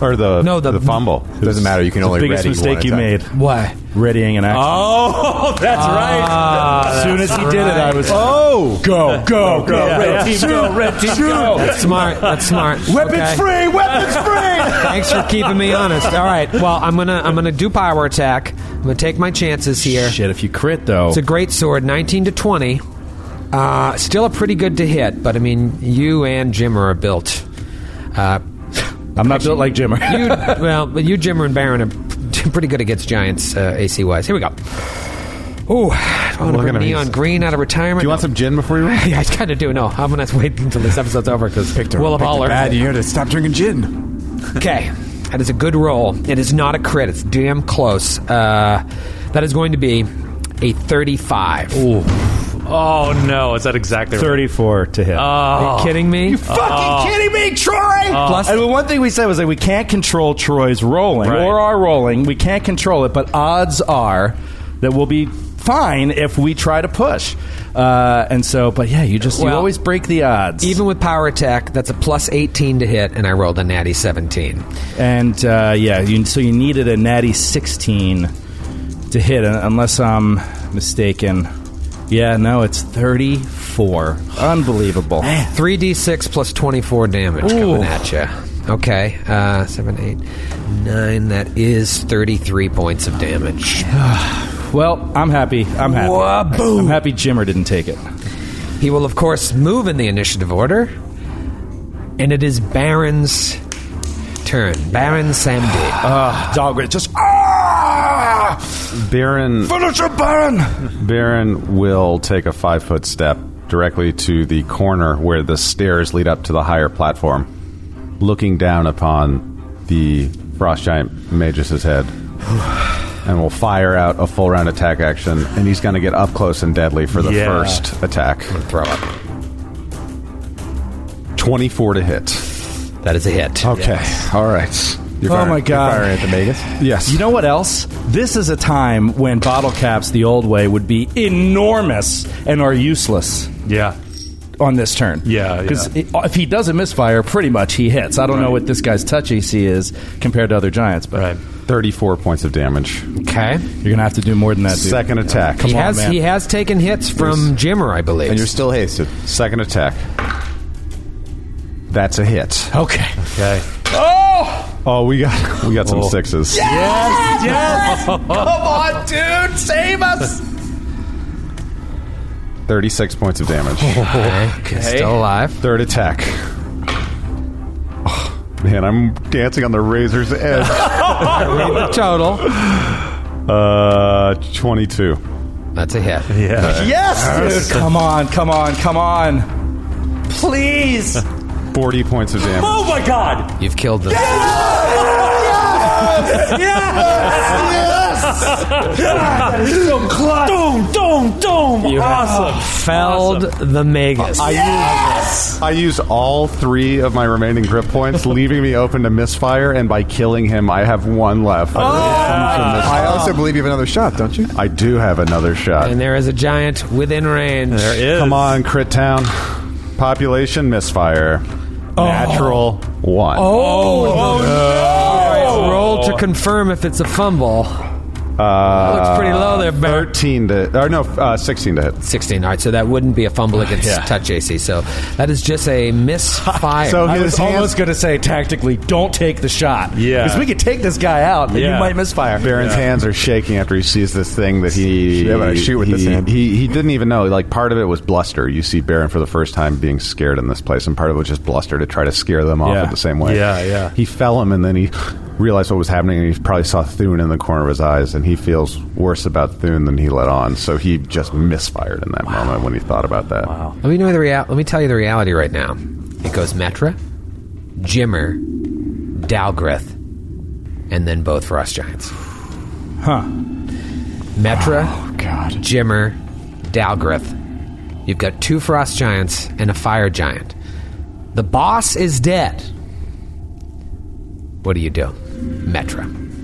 [SPEAKER 5] or the
[SPEAKER 2] No, the-
[SPEAKER 5] the fumble.
[SPEAKER 3] Doesn't matter. You can only
[SPEAKER 4] biggest
[SPEAKER 3] ready
[SPEAKER 4] mistake
[SPEAKER 3] one
[SPEAKER 4] you
[SPEAKER 3] time.
[SPEAKER 4] made.
[SPEAKER 2] Why?
[SPEAKER 4] Readying an action. Ah,
[SPEAKER 6] Oh, that's right.
[SPEAKER 4] as soon as he did it, I was
[SPEAKER 5] Oh,
[SPEAKER 4] go, go, go. Red team, go. Red team, go.
[SPEAKER 2] That's smart. That's smart. Okay.
[SPEAKER 4] free. Weapons free.
[SPEAKER 2] Thanks for keeping me honest. All right. Well, I'm gonna I'm gonna do power attack. I'm gonna take my chances here.
[SPEAKER 4] Shit! If you crit though,
[SPEAKER 2] It's a great sword, 19 to 20. Uh, still a pretty good to hit, but I mean, you and Jimmer are built. Uh,
[SPEAKER 4] I'm not built like Jimmer.
[SPEAKER 2] you, well, but you, Jimmer, and Baron are p- pretty good against giants uh, AC wise. Here we go. Ooh, I want to
[SPEAKER 5] look at
[SPEAKER 2] bring
[SPEAKER 5] him.
[SPEAKER 2] neon
[SPEAKER 5] He's-
[SPEAKER 2] green out of retirement.
[SPEAKER 5] do you want some gin before you? Run?
[SPEAKER 2] yeah, I kind of do. No, I'm gonna wait until this episode's over because we'll have all earned
[SPEAKER 3] Bad year to stop drinking gin.
[SPEAKER 2] Okay. That is a good roll. It is not a crit. It's damn close. Uh, that is going to be a 35. Are you
[SPEAKER 6] Oh, no. Is that exactly right?
[SPEAKER 4] 34 to hit.
[SPEAKER 6] Uh,
[SPEAKER 2] kidding me? Uh,
[SPEAKER 4] Fucking kidding me, Troy!
[SPEAKER 2] Oh. Plus-
[SPEAKER 4] and the one thing we said was that we can't control Troy's rolling
[SPEAKER 6] Right.
[SPEAKER 4] or our rolling. We can't control it, but odds are that we'll be fine if we try to push. Uh, and so, but yeah, you just you
[SPEAKER 2] Well,
[SPEAKER 4] always break the odds.
[SPEAKER 2] Even with power attack, that's a plus 18 to hit, and I rolled a natty 17.
[SPEAKER 4] and uh, yeah, you, so you needed a natty 16 to hit, un- unless I'm mistaken. Yeah, no, it's 34. Unbelievable.
[SPEAKER 2] 3d6 plus 24 damage coming at you. Okay, uh, 7, 8, 9. That is 33 points of damage.
[SPEAKER 4] Well, I'm happy. I'm happy. I'm happy Jimmer didn't take it.
[SPEAKER 2] He will, of course, move in the initiative order. And it is Baron's turn. Baron Samdi.
[SPEAKER 4] Dog, just ah!
[SPEAKER 5] Baron
[SPEAKER 4] Finish him,
[SPEAKER 6] Oh,
[SPEAKER 4] Baron.
[SPEAKER 5] Baron will take a five foot step directly to the corner where the stairs lead up to the higher platform, looking down upon the frost giant Magus' head. And will fire out a full round attack action, and he's going to get up close and deadly for the
[SPEAKER 6] Yeah.
[SPEAKER 5] first attack.
[SPEAKER 2] Throw up.
[SPEAKER 5] 24 to hit.
[SPEAKER 2] That is a hit.
[SPEAKER 5] All right. You're
[SPEAKER 4] Oh my
[SPEAKER 3] Firing
[SPEAKER 4] god.
[SPEAKER 3] at the Magus.
[SPEAKER 5] Yes.
[SPEAKER 4] You know what else? This is a time when bottle caps the old way would be enormous and are useless
[SPEAKER 6] Yeah.
[SPEAKER 4] on this turn.
[SPEAKER 6] Yeah,
[SPEAKER 4] Because if he doesn't misfire, pretty much he hits. I don't know what this guy's touch AC is compared to other giants, but
[SPEAKER 6] Right.
[SPEAKER 5] 34 points of damage.
[SPEAKER 2] Okay.
[SPEAKER 4] you're going to have to do more than that, dude.
[SPEAKER 5] Second attack.
[SPEAKER 4] Come
[SPEAKER 2] He
[SPEAKER 4] on,
[SPEAKER 2] has
[SPEAKER 4] man.
[SPEAKER 2] he has taken hits from Jimmer, I believe.
[SPEAKER 3] And you're still hasted.
[SPEAKER 5] Second attack. That's a hit.
[SPEAKER 4] Okay.
[SPEAKER 6] Okay.
[SPEAKER 5] Oh, we got we got some sixes.
[SPEAKER 4] Come on, dude. Save us.
[SPEAKER 5] 36 points of damage.
[SPEAKER 2] Okay, Still alive.
[SPEAKER 5] Third attack. Oh, man, I'm dancing on the razor's edge.
[SPEAKER 2] Total.
[SPEAKER 5] Uh, 22.
[SPEAKER 2] That's a hit.
[SPEAKER 4] yes, dude. Come on, come on, come on. Please.
[SPEAKER 5] 40 points of damage.
[SPEAKER 6] Oh, my God.
[SPEAKER 2] You've killed them.
[SPEAKER 4] so clutch.
[SPEAKER 6] Boom, boom, boom.
[SPEAKER 2] You have
[SPEAKER 6] awesome.
[SPEAKER 2] Felled the Magus.
[SPEAKER 5] I use all three of my remaining grip points, leaving me open to misfire, and by killing him, I have one left.
[SPEAKER 4] Oh,
[SPEAKER 3] I also believe you have another shot, don't you?
[SPEAKER 5] I do have another shot.
[SPEAKER 2] and there is a giant within range.
[SPEAKER 6] There is.
[SPEAKER 5] Come on, Crit Town. Population misfire.
[SPEAKER 4] Oh.
[SPEAKER 5] Natural one.
[SPEAKER 2] Roll to confirm if it's a fumble.
[SPEAKER 5] Uh,
[SPEAKER 2] looks pretty low there, Bert.
[SPEAKER 5] 13 to, or no, uh, 16 to hit.
[SPEAKER 2] 16. All right, so that wouldn't be a fumble against touch AC. So that is just a misfire.
[SPEAKER 5] So
[SPEAKER 4] I
[SPEAKER 5] his
[SPEAKER 4] was
[SPEAKER 5] hands-
[SPEAKER 4] almost going to say tactically, don't take the shot.
[SPEAKER 6] Yeah.
[SPEAKER 4] because we could take this guy out, and you
[SPEAKER 6] Yeah.
[SPEAKER 4] might misfire.
[SPEAKER 5] Baron's hands are shaking after he sees this thing that he
[SPEAKER 3] Yeah, but I shoot with
[SPEAKER 5] he,
[SPEAKER 3] this hand.
[SPEAKER 5] He, he didn't even know. Like part of it was bluster. You see Baron for the first time being scared in this place, and part of it was just bluster to try to scare them off
[SPEAKER 4] Yeah.
[SPEAKER 5] at the same way.
[SPEAKER 6] Yeah, yeah.
[SPEAKER 5] He fell him, and then he realized what was happening, and he probably saw Thune in the corner of his eyes, and he feels worse about Thune than he let on. So he just misfired in that moment when he thought about that. Wow.
[SPEAKER 2] let me know the real. Let me tell you the reality right now. It goes Metra, Jimmer, Dalgrith, and then both Frost Giants. Huh. Metra,
[SPEAKER 3] God.
[SPEAKER 2] Jimmer, Dalgrith. You've got two Frost Giants and a Fire Giant. The boss is dead. What do you do? Metra.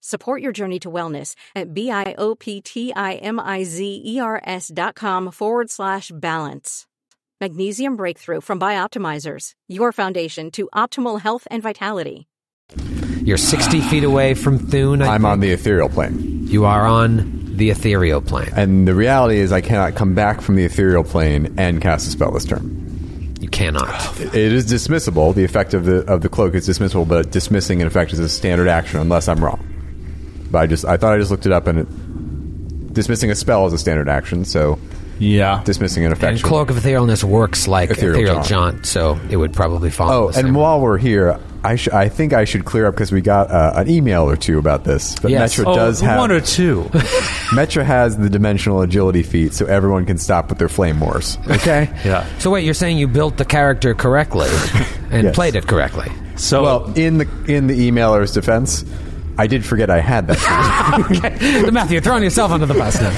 [SPEAKER 8] Support your journey to wellness at B-I-O-P-T-I-M-I-Z-E-R-S E dot com forward slash balance. Magnesium Breakthrough from Bioptimizers, your foundation to optimal health and vitality.
[SPEAKER 2] You're 60 feet away from Thune. I
[SPEAKER 3] I'm on
[SPEAKER 2] think.
[SPEAKER 3] the ethereal plane.
[SPEAKER 2] You are on the ethereal plane.
[SPEAKER 3] And the reality is, I cannot come back from the ethereal plane and cast a spell this turn.
[SPEAKER 2] You cannot.
[SPEAKER 3] It is dismissible. The effect of the of the cloak is dismissible, but dismissing an effect is a standard action unless I'm wrong. But I just I thought I just looked it up, and it, dismissing a spell is a standard action. So
[SPEAKER 7] Yeah.
[SPEAKER 3] dismissing an effect.
[SPEAKER 2] And
[SPEAKER 3] should-
[SPEAKER 2] Cloak of Etherealness works like
[SPEAKER 3] Ethereal
[SPEAKER 2] Ethereal,
[SPEAKER 3] Jaunt.
[SPEAKER 2] Jaunt, so it would probably follow.
[SPEAKER 3] Oh,
[SPEAKER 2] the
[SPEAKER 3] and
[SPEAKER 2] same.
[SPEAKER 3] while we're here, I sh- I think I should clear up because we got uh, an email or two about this. But
[SPEAKER 2] Yes.
[SPEAKER 3] Metro
[SPEAKER 6] Oh,
[SPEAKER 3] does have
[SPEAKER 6] one or two.
[SPEAKER 3] Metro has the dimensional agility feat, so everyone can stop with their flame wars. Okay.
[SPEAKER 6] yeah.
[SPEAKER 2] so wait, you're saying you built the character correctly and
[SPEAKER 3] Yes.
[SPEAKER 2] played it correctly?
[SPEAKER 6] So
[SPEAKER 3] Well, in the in the emailer's defense, I did forget I had that. feat.
[SPEAKER 2] Okay. Matthew, you're throwing yourself under the bus now.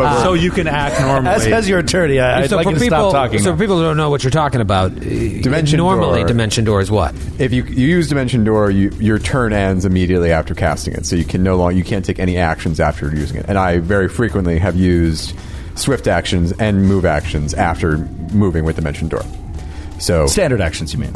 [SPEAKER 3] uh,
[SPEAKER 6] so you can act normally.
[SPEAKER 4] As, as your attorney, I, I'd
[SPEAKER 2] so
[SPEAKER 4] like
[SPEAKER 2] for
[SPEAKER 4] you to
[SPEAKER 2] people,
[SPEAKER 4] stop talking.
[SPEAKER 2] so
[SPEAKER 4] now.
[SPEAKER 2] people who don't know what you're talking about.
[SPEAKER 3] Dimension
[SPEAKER 2] Dimension normally,
[SPEAKER 3] Door.
[SPEAKER 2] dimension door is what?
[SPEAKER 3] if you, you use dimension door, you, your turn ends immediately after casting it, so you can no longer you can't take any actions after using it. And I very frequently have used swift actions and move actions after moving with dimension door. So
[SPEAKER 4] Standard actions, you mean?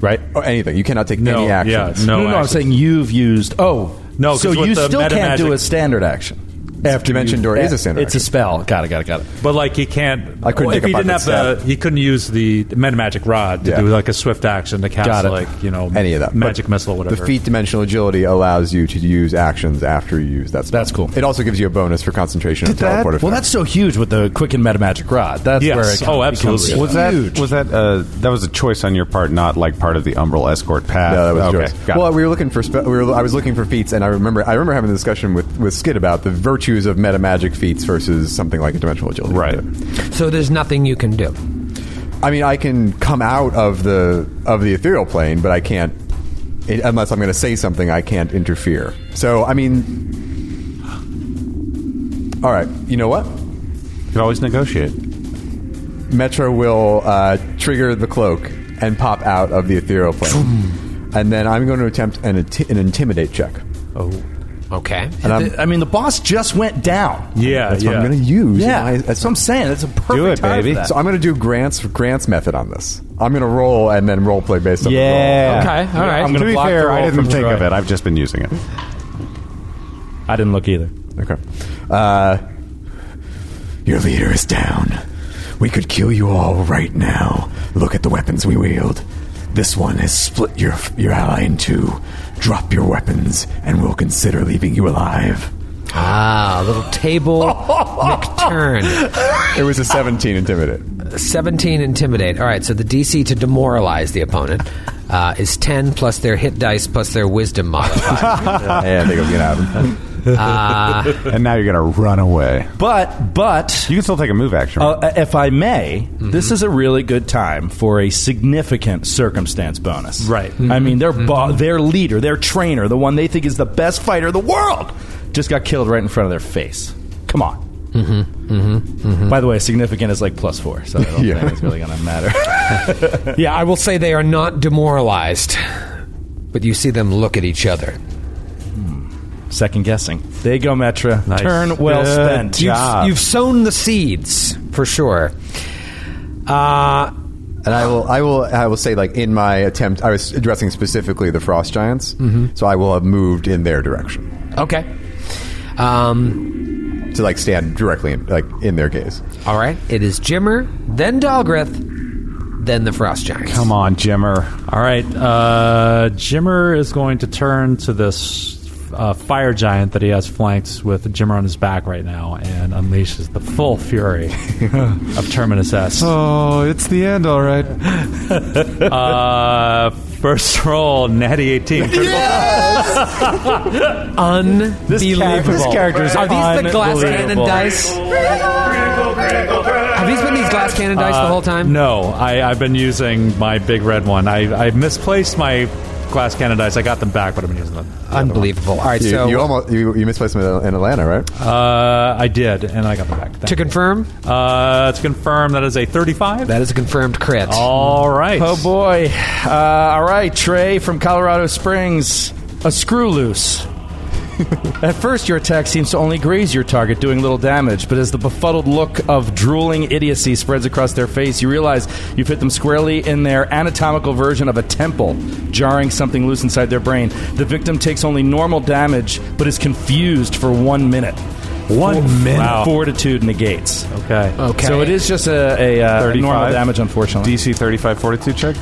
[SPEAKER 3] right? Or anything. You cannot take
[SPEAKER 6] No,
[SPEAKER 3] any actions.
[SPEAKER 6] yeah,
[SPEAKER 4] No, no, I'm
[SPEAKER 6] actions.
[SPEAKER 4] saying you've used. Oh,
[SPEAKER 6] No, 'cause
[SPEAKER 4] So
[SPEAKER 6] with
[SPEAKER 4] you
[SPEAKER 6] the
[SPEAKER 4] still
[SPEAKER 6] meta
[SPEAKER 4] can't do
[SPEAKER 6] magic-
[SPEAKER 4] a standard action.
[SPEAKER 3] Dimension
[SPEAKER 4] you-
[SPEAKER 3] Door is a standard
[SPEAKER 4] It's a
[SPEAKER 3] action.
[SPEAKER 4] spell. Got it. Got it. Got it.
[SPEAKER 6] But like he can't.
[SPEAKER 3] I couldn't
[SPEAKER 6] If
[SPEAKER 3] take a
[SPEAKER 6] he didn't have
[SPEAKER 3] bucket
[SPEAKER 6] the, he couldn't use the meta magic rod to
[SPEAKER 3] Yeah.
[SPEAKER 6] do like a swift action to cast
[SPEAKER 4] Got it.
[SPEAKER 6] like you know
[SPEAKER 3] Any of that.
[SPEAKER 6] magic
[SPEAKER 3] But
[SPEAKER 6] missile or whatever.
[SPEAKER 3] The feat dimensional agility allows you to use actions after you use that spell.
[SPEAKER 4] That's cool.
[SPEAKER 3] It also gives you a bonus for concentration on
[SPEAKER 4] That-
[SPEAKER 3] teleport effect.
[SPEAKER 4] well, that's so huge with the quick and meta magic rod. That's
[SPEAKER 6] Yes.
[SPEAKER 4] where it
[SPEAKER 6] Oh,
[SPEAKER 4] becomes
[SPEAKER 6] absolutely.
[SPEAKER 4] real.
[SPEAKER 5] Was that was that uh, that was a choice on your part, not like part of the Umbral escort path?
[SPEAKER 3] No, Uh, that was
[SPEAKER 5] okay.
[SPEAKER 3] yours.
[SPEAKER 5] got
[SPEAKER 3] Well,
[SPEAKER 5] it.
[SPEAKER 3] we were looking for. Spe- we were, I was looking for feats, and I remember. I remember having a discussion with, with Skid about the virtues of meta magic feats versus something like a dimensional agility.
[SPEAKER 5] Right.
[SPEAKER 2] So there's nothing you can do.
[SPEAKER 3] I mean, I can come out of the of the ethereal plane, but I can't it, unless I'm going to say something. I can't interfere. So, I mean, all right. You know what?
[SPEAKER 5] You could always negotiate.
[SPEAKER 3] Metro will uh, trigger the cloak and pop out of the ethereal plane, and then I'm going to attempt an, inti- an intimidate check.
[SPEAKER 5] Oh.
[SPEAKER 2] Okay.
[SPEAKER 3] And I'm,
[SPEAKER 4] The- I mean, the boss just went down.
[SPEAKER 6] yeah,
[SPEAKER 3] that's
[SPEAKER 6] yeah.
[SPEAKER 3] what I'm going to use.
[SPEAKER 4] Yeah,
[SPEAKER 3] My-
[SPEAKER 4] that's what I'm saying. That's a perfect
[SPEAKER 5] Do it,
[SPEAKER 4] time for
[SPEAKER 5] baby.
[SPEAKER 4] that.
[SPEAKER 3] So I'm going to do Grant's Grant's method on this. I'm going to roll and then roll play based on
[SPEAKER 4] Yeah.
[SPEAKER 3] the roll.
[SPEAKER 2] Okay, all right.
[SPEAKER 4] I'm
[SPEAKER 5] to
[SPEAKER 4] gonna
[SPEAKER 5] be
[SPEAKER 4] block the
[SPEAKER 5] fair,
[SPEAKER 4] roll
[SPEAKER 5] I didn't
[SPEAKER 4] from
[SPEAKER 5] think
[SPEAKER 4] Troy.
[SPEAKER 5] of it. I've just been using it.
[SPEAKER 4] I didn't look either.
[SPEAKER 3] Okay. Uh, your leader is down. We could kill you all right now. Look at the weapons we wield. This one has split your your ally in two. Drop your weapons, and we'll consider leaving you alive.
[SPEAKER 2] Ah, a little table McTurn.
[SPEAKER 3] It was a 17 intimidate.
[SPEAKER 2] 17 intimidate. All right, so the DC to demoralize the opponent uh, is 10 plus their hit dice plus their wisdom modifier.
[SPEAKER 3] yeah, I think I'm gonna have him.
[SPEAKER 2] Uh.
[SPEAKER 5] and now you're going to run away.
[SPEAKER 4] But but
[SPEAKER 5] You can still take a move action.
[SPEAKER 2] Oh.
[SPEAKER 5] right?
[SPEAKER 4] uh, if I may, this is a really good time for a significant circumstance bonus.
[SPEAKER 6] Right.
[SPEAKER 4] I mean, their bo- their leader, their trainer, the one they think is the best fighter in the world, just got killed right in front of their face. Come on. Mm-hmm. Mm-hmm. By the way, significant is like plus four, so I don't
[SPEAKER 3] Yeah.
[SPEAKER 4] think it's really going to matter.
[SPEAKER 2] yeah, I will say they are not demoralized, but you see them look at each other.
[SPEAKER 4] Second guessing. There you go, Metra. Turn well
[SPEAKER 5] Good
[SPEAKER 4] spent.
[SPEAKER 5] job. Ah.
[SPEAKER 2] You've sown the seeds, for sure. Uh,
[SPEAKER 3] And I will, I will, I will say, like in my attempt, I was addressing specifically the frost giants,
[SPEAKER 2] Mm-hmm.
[SPEAKER 3] so I will have moved in their direction
[SPEAKER 2] okay. Um,
[SPEAKER 3] to like stand directly, in, like in their gaze.
[SPEAKER 2] all right, it is Jimmer, then Dalgrith, then the Frost Giants.
[SPEAKER 5] Come on, Jimmer.
[SPEAKER 6] All right, uh, Jimmer is going to turn to this uh, fire giant that he has flanked with Jimmer on his back right now and unleashes the full fury of Terminus S.
[SPEAKER 5] Oh, it's the end, all right.
[SPEAKER 6] Uh, first roll, natty 18.
[SPEAKER 2] Unbelievable.
[SPEAKER 4] this character's
[SPEAKER 2] Are these the glass cannon
[SPEAKER 4] unbelievable.
[SPEAKER 2] dice? Have these been these glass cannon dice the whole time?
[SPEAKER 6] Uh, No, I, I've been using my big red one. I, I misplaced my glass cannon dice. I got them back, but I've been using them.
[SPEAKER 2] Unbelievable. All right,
[SPEAKER 3] You,
[SPEAKER 2] so
[SPEAKER 3] you almost you, you misplaced him in Atlanta, right?
[SPEAKER 6] Uh, I did, and I got them back.
[SPEAKER 2] to
[SPEAKER 6] Thank you.
[SPEAKER 2] confirm,
[SPEAKER 6] Uh, to confirm, that is a 35.
[SPEAKER 2] that is a confirmed crit.
[SPEAKER 6] All right.
[SPEAKER 4] Oh boy! Uh, all right, Trey from Colorado Springs, a screw loose. At first, your attack seems to only graze your target, doing little damage. But as the befuddled look of drooling idiocy spreads across their face, you realize you've hit them squarely in their anatomical version of a temple, jarring something loose inside their brain. The victim takes only normal damage, but is confused for one minute. One minute.
[SPEAKER 6] Wow.
[SPEAKER 4] Fortitude negates.
[SPEAKER 6] Okay.
[SPEAKER 2] okay.
[SPEAKER 4] So it is just a, a uh, normal damage, unfortunately.
[SPEAKER 5] DC 35 fortitude check.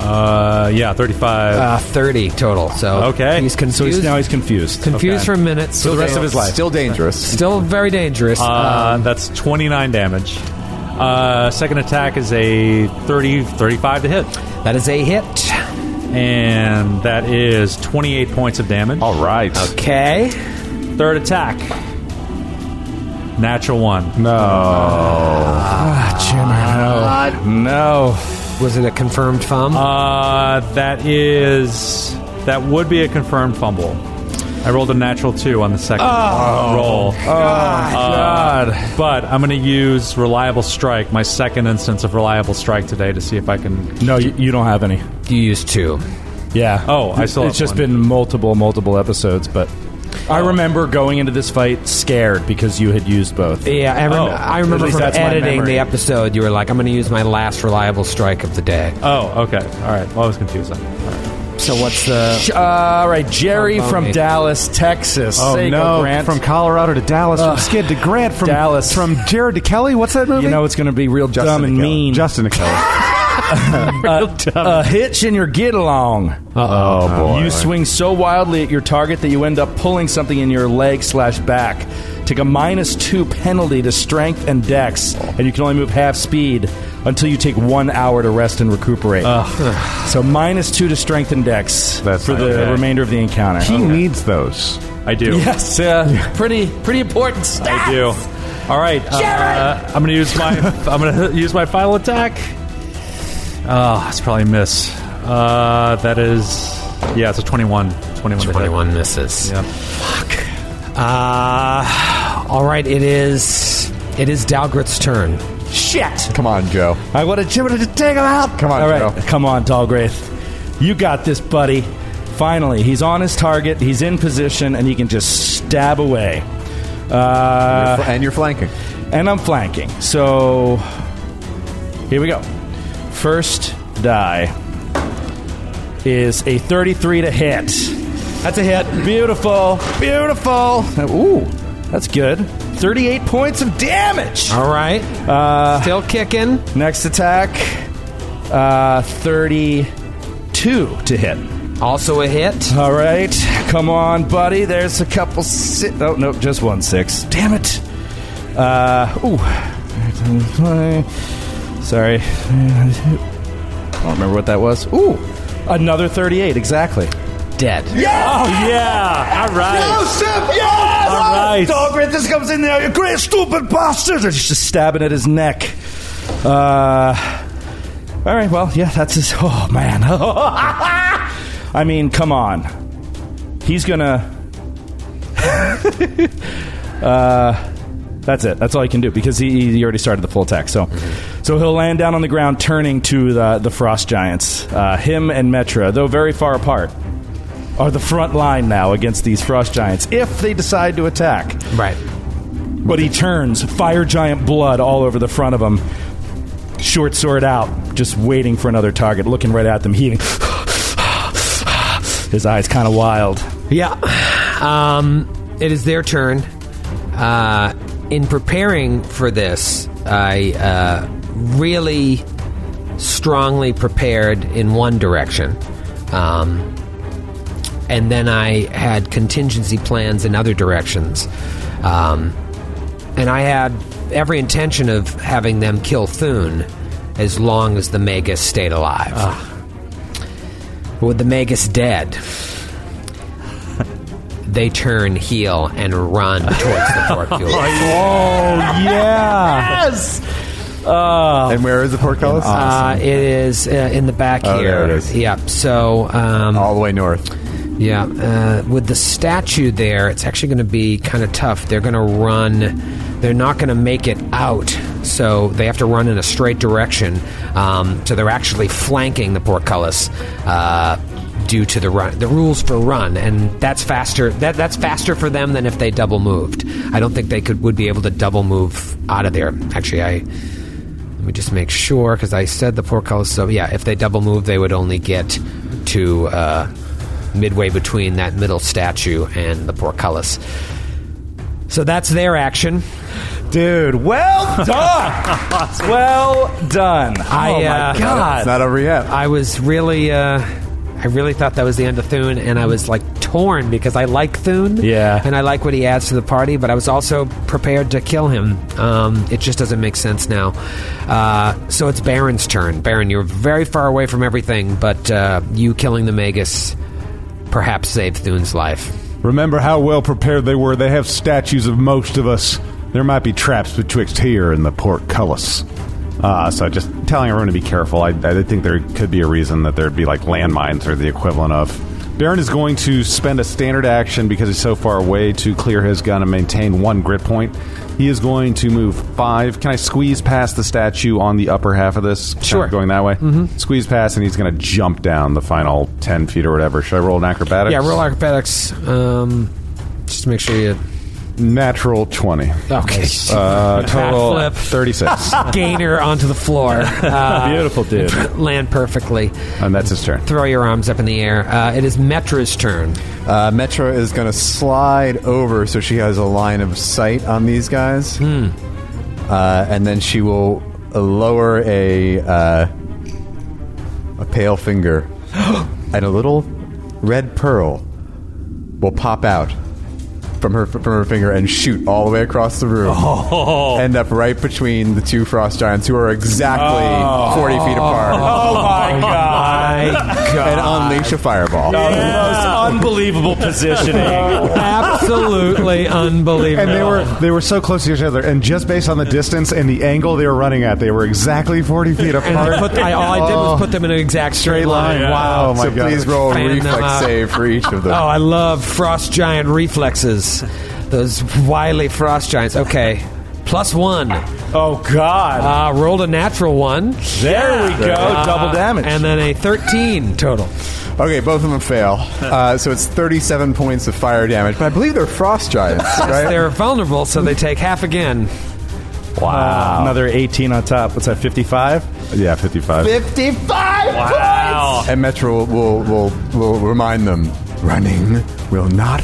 [SPEAKER 6] Uh, yeah, 35.
[SPEAKER 2] uh, 30 total. So
[SPEAKER 6] Okay.
[SPEAKER 2] he's
[SPEAKER 4] so
[SPEAKER 2] confused.
[SPEAKER 4] he's, now he's confused.
[SPEAKER 2] confused
[SPEAKER 4] Okay.
[SPEAKER 2] for a minute. So
[SPEAKER 4] the rest of his life.
[SPEAKER 3] Still dangerous.
[SPEAKER 2] Still very dangerous.
[SPEAKER 6] Uh,
[SPEAKER 4] Um,
[SPEAKER 6] that's 29 damage. Uh, second attack is a 30, 35 to hit.
[SPEAKER 2] that is a hit.
[SPEAKER 6] And that Uh, is 28 points of damage.
[SPEAKER 4] Oh.
[SPEAKER 5] All right.
[SPEAKER 2] Okay.
[SPEAKER 6] Third attack. Natural one.
[SPEAKER 4] No.
[SPEAKER 2] Was it a confirmed thumb?
[SPEAKER 6] Uh, that is. That would be a confirmed fumble. I rolled a natural two on the second roll. God. But I'm going to use Reliable Strike, my second instance of Reliable Strike today, to see if I can.
[SPEAKER 4] No, you, you don't have any.
[SPEAKER 2] you used two.
[SPEAKER 4] Yeah.
[SPEAKER 6] Oh, I still
[SPEAKER 4] It's
[SPEAKER 6] have
[SPEAKER 4] just
[SPEAKER 6] one. Oh.
[SPEAKER 4] been multiple, multiple episodes, but I remember going into this fight scared because you had used both.
[SPEAKER 2] Yeah, I, rem-
[SPEAKER 6] Oh,
[SPEAKER 2] I
[SPEAKER 4] at
[SPEAKER 2] remember
[SPEAKER 4] least
[SPEAKER 2] from
[SPEAKER 4] that's my
[SPEAKER 2] editing
[SPEAKER 4] memory.
[SPEAKER 2] the episode, you were like, I'm going to use my last reliable strike of the day.
[SPEAKER 6] Oh, okay. All right. Well, I was confused then.
[SPEAKER 2] So what's the.
[SPEAKER 4] Uh, all right, Jerry
[SPEAKER 2] Oh,
[SPEAKER 4] from
[SPEAKER 2] bony.
[SPEAKER 4] Dallas, Texas.
[SPEAKER 5] Oh
[SPEAKER 4] Seiko
[SPEAKER 5] no!
[SPEAKER 4] Grant.
[SPEAKER 5] From Colorado to Dallas, from Skid to Grant, from
[SPEAKER 4] Dallas.
[SPEAKER 5] from Jared to Kelly. What's that movie?
[SPEAKER 4] you know it's going to be real
[SPEAKER 3] Justin
[SPEAKER 4] dumb and
[SPEAKER 3] Akella.
[SPEAKER 4] mean.
[SPEAKER 5] Justin to Kelly.
[SPEAKER 4] a hitch in your get along.
[SPEAKER 5] oh boy!
[SPEAKER 4] You swing so wildly at your target that you end up pulling something in your leg slash back. Take a minus two penalty to strength and dex, and you can only move half speed until you take one hour to rest and recuperate. so minus two to strength and dex
[SPEAKER 5] That's
[SPEAKER 4] for the
[SPEAKER 5] okay.
[SPEAKER 4] remainder of the encounter.
[SPEAKER 5] he needs those.
[SPEAKER 6] I do.
[SPEAKER 4] Yes, uh, pretty pretty important stat.
[SPEAKER 6] I do. All right, uh, I'm gonna use my I'm gonna use my final attack. Oh, it's probably a miss. Uh, that is yeah, it's a 21. 21. to hit.
[SPEAKER 2] 21 misses.
[SPEAKER 6] Yeah.
[SPEAKER 2] Uh, all right, it is. It is Dalgrit's turn.
[SPEAKER 4] Shit!
[SPEAKER 3] Come on, Joe.
[SPEAKER 4] I want to Jimmy to take him out.
[SPEAKER 3] Come on,
[SPEAKER 4] all right,
[SPEAKER 3] Joe.
[SPEAKER 4] come on, Tallgraith. You got this, buddy. Finally, he's on his target. He's in position, and he can just stab away. Uh,
[SPEAKER 3] and you're flanking.
[SPEAKER 4] and I'm flanking, so here we go. First die is a 33 to hit. That's a hit. Beautiful, beautiful. Ooh, that's good. 38 points of damage.
[SPEAKER 2] All right.
[SPEAKER 4] Uh,
[SPEAKER 2] Still kicking.
[SPEAKER 4] Next attack, uh, 32 to hit.
[SPEAKER 2] Also a hit.
[SPEAKER 4] All right, come on, buddy. There's a couple. Si- oh, no, just one six. Damn it. Uh, ooh. Sorry. I don't remember what that was. Ooh, another 38, exactly.
[SPEAKER 2] Dead.
[SPEAKER 6] Oh yeah! All right.
[SPEAKER 4] Yes!
[SPEAKER 6] All right.
[SPEAKER 4] Dogrit, this comes in there. You great stupid bastard! And he's just stabbing at his neck. Uh, all right, well, yeah, that's his. Oh, man. I mean, come on. He's gonna. uh, That's it. That's all he can do because he, he already started the full attack. So, so he'll land down on the ground, turning to the the frost giants. Uh, him and Metra, though very far apart, are the front line now against these frost giants if they decide to attack.
[SPEAKER 2] Right.
[SPEAKER 4] But he turns, fire giant blood all over the front of him, short sword out, just waiting for another target, looking right at them, heaving. His eyes kind of wild.
[SPEAKER 2] Yeah. Um, it is their turn. Uh, in preparing for this, I uh, really strongly prepared in one direction. Um, and then I had contingency plans in other directions. Um, and I had every intention of having them kill Thune as long as the Magus stayed alive. But with the Magus dead, they turn heel and run towards the portcullis.
[SPEAKER 3] Oh,
[SPEAKER 2] Oh,
[SPEAKER 4] yes.
[SPEAKER 3] and where is the portcullis?
[SPEAKER 2] Uh, it is uh, in the back
[SPEAKER 3] Oh,
[SPEAKER 2] here.
[SPEAKER 3] there it is.
[SPEAKER 2] Yeah. So, um,
[SPEAKER 3] All the way north.
[SPEAKER 2] yeah, uh, with the statue there, it's actually going to be kind of tough. They're going to run. They're not going to make it out, so they have to run in a straight direction. Um, so they're actually flanking the portcullis. Uh, Due to the run, the rules for run, and that's faster. That that's faster for them than if they double moved. I don't think they could would be able to double move out of there. Actually, I let me just make sure because I said the portcullis. So yeah, if they double move, they would only get to uh, midway between that middle statue and the portcullis. So that's their action.
[SPEAKER 4] Dude, well done. well done.
[SPEAKER 2] I,
[SPEAKER 4] oh,
[SPEAKER 2] uh,
[SPEAKER 4] my God.
[SPEAKER 3] It's not over yet.
[SPEAKER 2] I was really, uh, I really thought that was the end of Thune, and I was like torn because I like Thune,
[SPEAKER 4] Yeah.
[SPEAKER 2] and I like what he adds to the party, but I was also prepared to kill him. Um, it just doesn't make sense now. Uh, so it's Baron's turn. Baron, you're very far away from everything, but uh, you killing the Magus perhaps saved Thune's life.
[SPEAKER 5] Remember how well prepared they were. They have statues of most of us. There might be traps betwixt here and the portcullis. Uh, so just telling everyone to be careful. I, I think there could be a reason that there'd be like landmines or the equivalent of. Baron is going to spend a standard action because he's so far away to clear his gun and maintain one grit point. He is going to move five. Can I squeeze past the statue on the upper half of this? Kind of
[SPEAKER 2] Sure.
[SPEAKER 5] going that way. Mm-hmm. Squeeze past, and he's going to jump down the final ten feet or whatever. Should I roll an acrobatics?
[SPEAKER 2] Yeah, roll acrobatics. Um, just to make sure you.
[SPEAKER 5] Natural 20.
[SPEAKER 2] Okay.
[SPEAKER 5] Uh, total
[SPEAKER 2] Backflip.
[SPEAKER 5] 36.
[SPEAKER 2] Gainer onto the floor. Uh,
[SPEAKER 4] Beautiful, dude.
[SPEAKER 2] land perfectly.
[SPEAKER 5] and that's his turn.
[SPEAKER 2] Throw your arms up in the air. Uh, it is Metra's turn.
[SPEAKER 3] Uh, Metro is going to slide over so she has a line of sight on these guys. Uh, and then she will uh, lower a, uh, a pale finger. and a little red pearl will pop out from her from her finger and shoot all the way across the room. End up right between the two frost giants who are exactly 40 feet apart.
[SPEAKER 4] Oh, my God.
[SPEAKER 2] Oh
[SPEAKER 3] And unleash a fireball.
[SPEAKER 4] The most unbelievable positioning.
[SPEAKER 2] Absolutely unbelievable.
[SPEAKER 5] And they were they were so close to each other, and just based on the distance and the angle they were running at, they were exactly forty feet
[SPEAKER 2] And
[SPEAKER 5] apart.
[SPEAKER 2] I put, I, all I did was put them in an exact straight line.
[SPEAKER 5] Wow! Oh my
[SPEAKER 3] so
[SPEAKER 5] god!
[SPEAKER 3] please roll a
[SPEAKER 2] Fan them
[SPEAKER 3] reflex
[SPEAKER 2] out.
[SPEAKER 3] save for each of them.
[SPEAKER 2] Oh, I love frost giant reflexes. Those wily frost giants. Okay. Plus one.
[SPEAKER 4] oh, God.
[SPEAKER 2] Uh, rolled a natural one.
[SPEAKER 4] There we go.
[SPEAKER 2] Uh,
[SPEAKER 4] Double damage.
[SPEAKER 2] And then a 13 total.
[SPEAKER 3] Okay, both of them fail. Uh, so it's 37 points of fire damage, but I believe they're frost giants, right?
[SPEAKER 2] They're vulnerable, so they take half again.
[SPEAKER 4] wow. Another 18 on top. What's that, 55?
[SPEAKER 5] Yeah, fifty-five.
[SPEAKER 3] 55
[SPEAKER 4] Wow.
[SPEAKER 3] points! Uh, And Metro will, will, will remind them running will not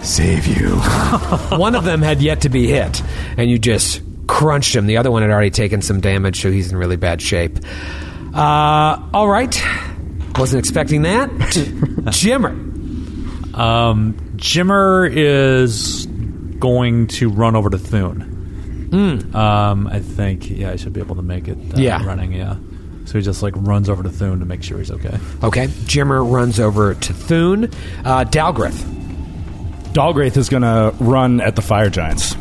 [SPEAKER 3] save you.
[SPEAKER 2] one of them had yet to be hit, and you just crunched him. The other one had already taken some damage, so he's in really bad shape. Uh, all right. Wasn't expecting that. Jimmer.
[SPEAKER 6] Um, Jimmer is going to run over to Thune. Um, I think, yeah, I should be able to make it uh,
[SPEAKER 2] Yeah.
[SPEAKER 6] running, yeah. So he just like runs over to Thune to make sure he's okay.
[SPEAKER 2] Okay. Jimmer runs over to Thune. Uh, Dalgrith.
[SPEAKER 4] Dalgraith is going to run at the fire giants.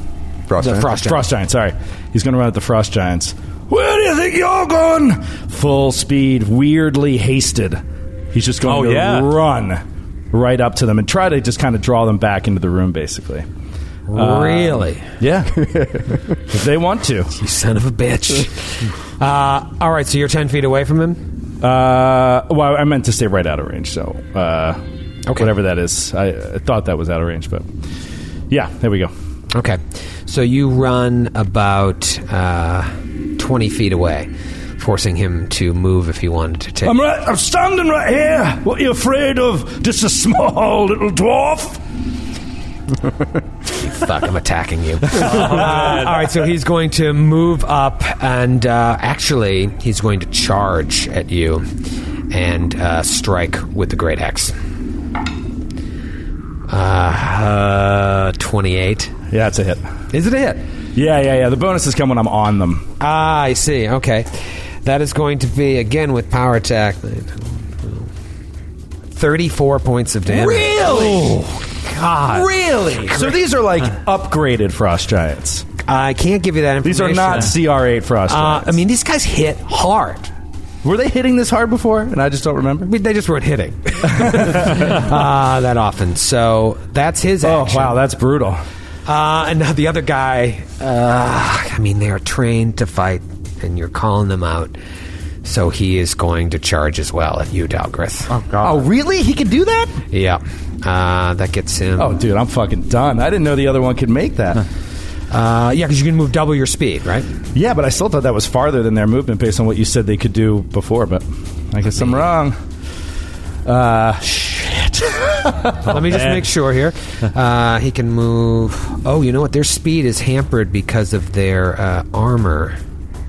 [SPEAKER 3] Frost
[SPEAKER 2] The
[SPEAKER 3] giant.
[SPEAKER 2] frost giant.
[SPEAKER 4] Frost Giants, sorry. He's going to run at the Frost Giants. Where do you think you're going? Full speed, weirdly hasted. He's just going
[SPEAKER 6] Oh,
[SPEAKER 4] to
[SPEAKER 6] yeah.
[SPEAKER 4] run right up to them and try to just kind of draw them back into the room, basically.
[SPEAKER 2] Uh, really?
[SPEAKER 4] Yeah. if they want to.
[SPEAKER 2] You son of a bitch. uh, all right. So you're 10 feet away from him?
[SPEAKER 4] Uh, well, I meant to stay right out of range, so uh,
[SPEAKER 2] Okay.
[SPEAKER 4] whatever that is. I, I thought that was out of range, but yeah, there we go.
[SPEAKER 2] Okay. So you run about uh, 20 feet away, forcing him to move if he wanted to take.
[SPEAKER 4] I'm right. I'm standing right here. What are you afraid of? Just a small little dwarf.
[SPEAKER 2] Fuck, I'm attacking you. Uh, all right, so he's going to move up, and uh, actually, he's going to charge at you and uh, strike with the great axe. Uh, 28.
[SPEAKER 4] Yeah, it's a hit.
[SPEAKER 2] Is it a hit?
[SPEAKER 4] Yeah, yeah, yeah. The bonuses come when I'm on them.
[SPEAKER 2] Ah, I see. Okay. That is going to be, again, with power attack, 34 points of damage. Oh,
[SPEAKER 4] Really?
[SPEAKER 2] God. Really?
[SPEAKER 4] So these are like upgraded frost giants.
[SPEAKER 2] I can't give you that
[SPEAKER 4] These
[SPEAKER 2] information.
[SPEAKER 4] are not CR8 frost
[SPEAKER 2] Uh,
[SPEAKER 4] giants.
[SPEAKER 2] I mean, these guys hit hard.
[SPEAKER 4] were they hitting this hard before? And I just don't remember.
[SPEAKER 2] I mean, they just weren't hitting uh, that often. So that's his
[SPEAKER 4] Oh
[SPEAKER 2] action.
[SPEAKER 4] wow, that's brutal.
[SPEAKER 2] Uh, and now the other guy, uh, I mean, they are trained to fight, and you're calling them out. So he is going to charge as well at you, Dalgrith. Oh,
[SPEAKER 4] Oh really? He could do that?
[SPEAKER 2] Yeah. Uh, that gets him.
[SPEAKER 4] Oh dude, I'm fucking done. I didn't know the other one could make that.
[SPEAKER 2] Uh, yeah, because you can move double your speed, right?
[SPEAKER 4] Yeah, but I still thought that was farther than their movement based on what you said they could do before. But I guess I'm wrong. Uh, shit.
[SPEAKER 2] Let me just make sure here. Uh, he can move. Oh, you know what? Their speed is hampered because of their uh, armor.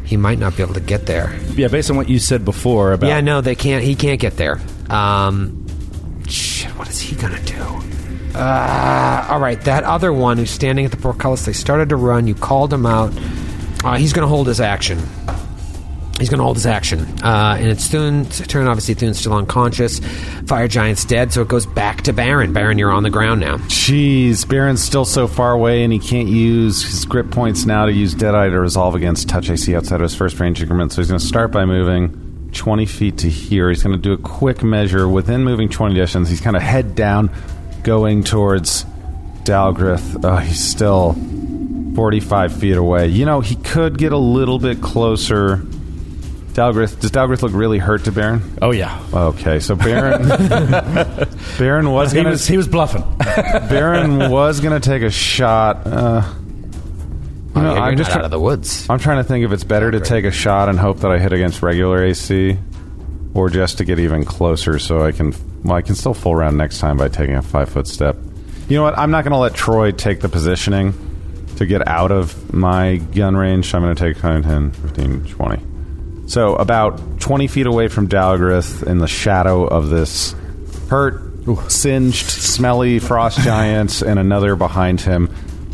[SPEAKER 2] He might not be able to get there.
[SPEAKER 4] yeah, based on what you said before about
[SPEAKER 2] Yeah, no, they can't. He can't get there. Um, shit, what is he gonna do? Uh, all right, that other one who's standing at the portcullis. They started to run. You called him out. Uh, he's gonna hold his action. He's gonna hold his action, uh, and it's Thune's turn. Obviously, Thune's still unconscious. Fire Giant's dead, so it goes back to Baron. Baron, you're on the ground now.
[SPEAKER 5] Jeez, Baron's still so far away, and he can't use his grip points now to use Deadeye to resolve against touch AC outside of his first range increment. So he's going to start by moving 20 feet to here. He's going to do a quick measure within moving 20 distance. He's kind of head down, going towards Dalgrith. Uh, he's still 45 feet away. You know, he could get a little bit closer. Dalgrith, does Dalgrith look really hurt to Baron?
[SPEAKER 4] Oh yeah,
[SPEAKER 5] Okay, so Baron, Baron was
[SPEAKER 4] he
[SPEAKER 5] going
[SPEAKER 4] was he was bluffing.
[SPEAKER 5] Baron was gonna take a shot. Uh, you know,
[SPEAKER 2] Oh, yeah, you're
[SPEAKER 5] I'm just
[SPEAKER 2] not
[SPEAKER 5] try-
[SPEAKER 2] out of the woods.
[SPEAKER 5] I'm trying to think if it's better to take a shot and hope that I hit against regular AC, or just to get even closer so I can. Well, I can still full round next time by taking a five foot step. You know what? I'm not gonna let Troy take the positioning to get out of my gun range. I'm gonna take 10, 10 15, 20. So about 20 feet away from Dalgrith in the shadow of this hurt, singed, smelly frost giant, and another behind him,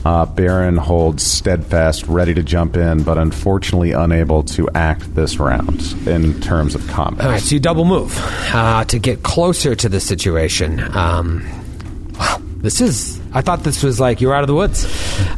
[SPEAKER 5] uh, Baron holds steadfast, ready to jump in, but unfortunately unable to act this round in terms of combat.
[SPEAKER 2] All right, so you double move uh, to get closer to the situation. Um, wow, this is. I thought this was like you're out of the woods.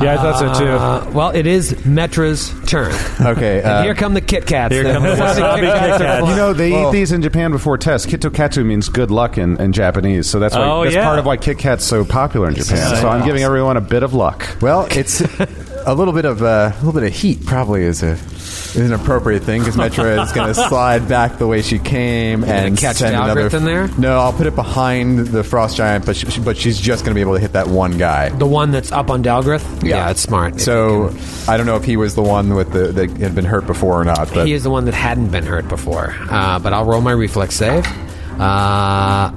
[SPEAKER 4] Yeah, I thought so, too.
[SPEAKER 2] Uh, well, it is Metra's turn.
[SPEAKER 3] Okay,
[SPEAKER 2] And
[SPEAKER 3] uh,
[SPEAKER 2] here come the Kit Kats.
[SPEAKER 6] here come the wasabi Kit Kats.
[SPEAKER 5] You know, they eat these in Japan before tests. Kitokatsu means good luck in, in Japanese, so that's, why,
[SPEAKER 6] Oh,
[SPEAKER 5] that's
[SPEAKER 6] yeah.
[SPEAKER 5] part of why Kit Kat's so popular in Japan. So I'm giving everyone a bit of luck.
[SPEAKER 3] Well, it's a little bit of uh, a little bit of heat. Probably is a is an appropriate thing because Metra is going to slide back the way she came and
[SPEAKER 2] catch
[SPEAKER 3] send
[SPEAKER 2] Dalgrith
[SPEAKER 3] another.
[SPEAKER 2] in there?
[SPEAKER 3] No, I'll put it behind the frost giant, but she, but she's just going to be able to hit that one guy.
[SPEAKER 2] The one that's up on Dalgrith. Yeah, it's smart. If you
[SPEAKER 3] So I don't know if he was the one with the that had been hurt before or not.
[SPEAKER 2] can-
[SPEAKER 3] But
[SPEAKER 2] he is the one that hadn't been hurt before. Uh, but I'll roll my reflex save. Uh,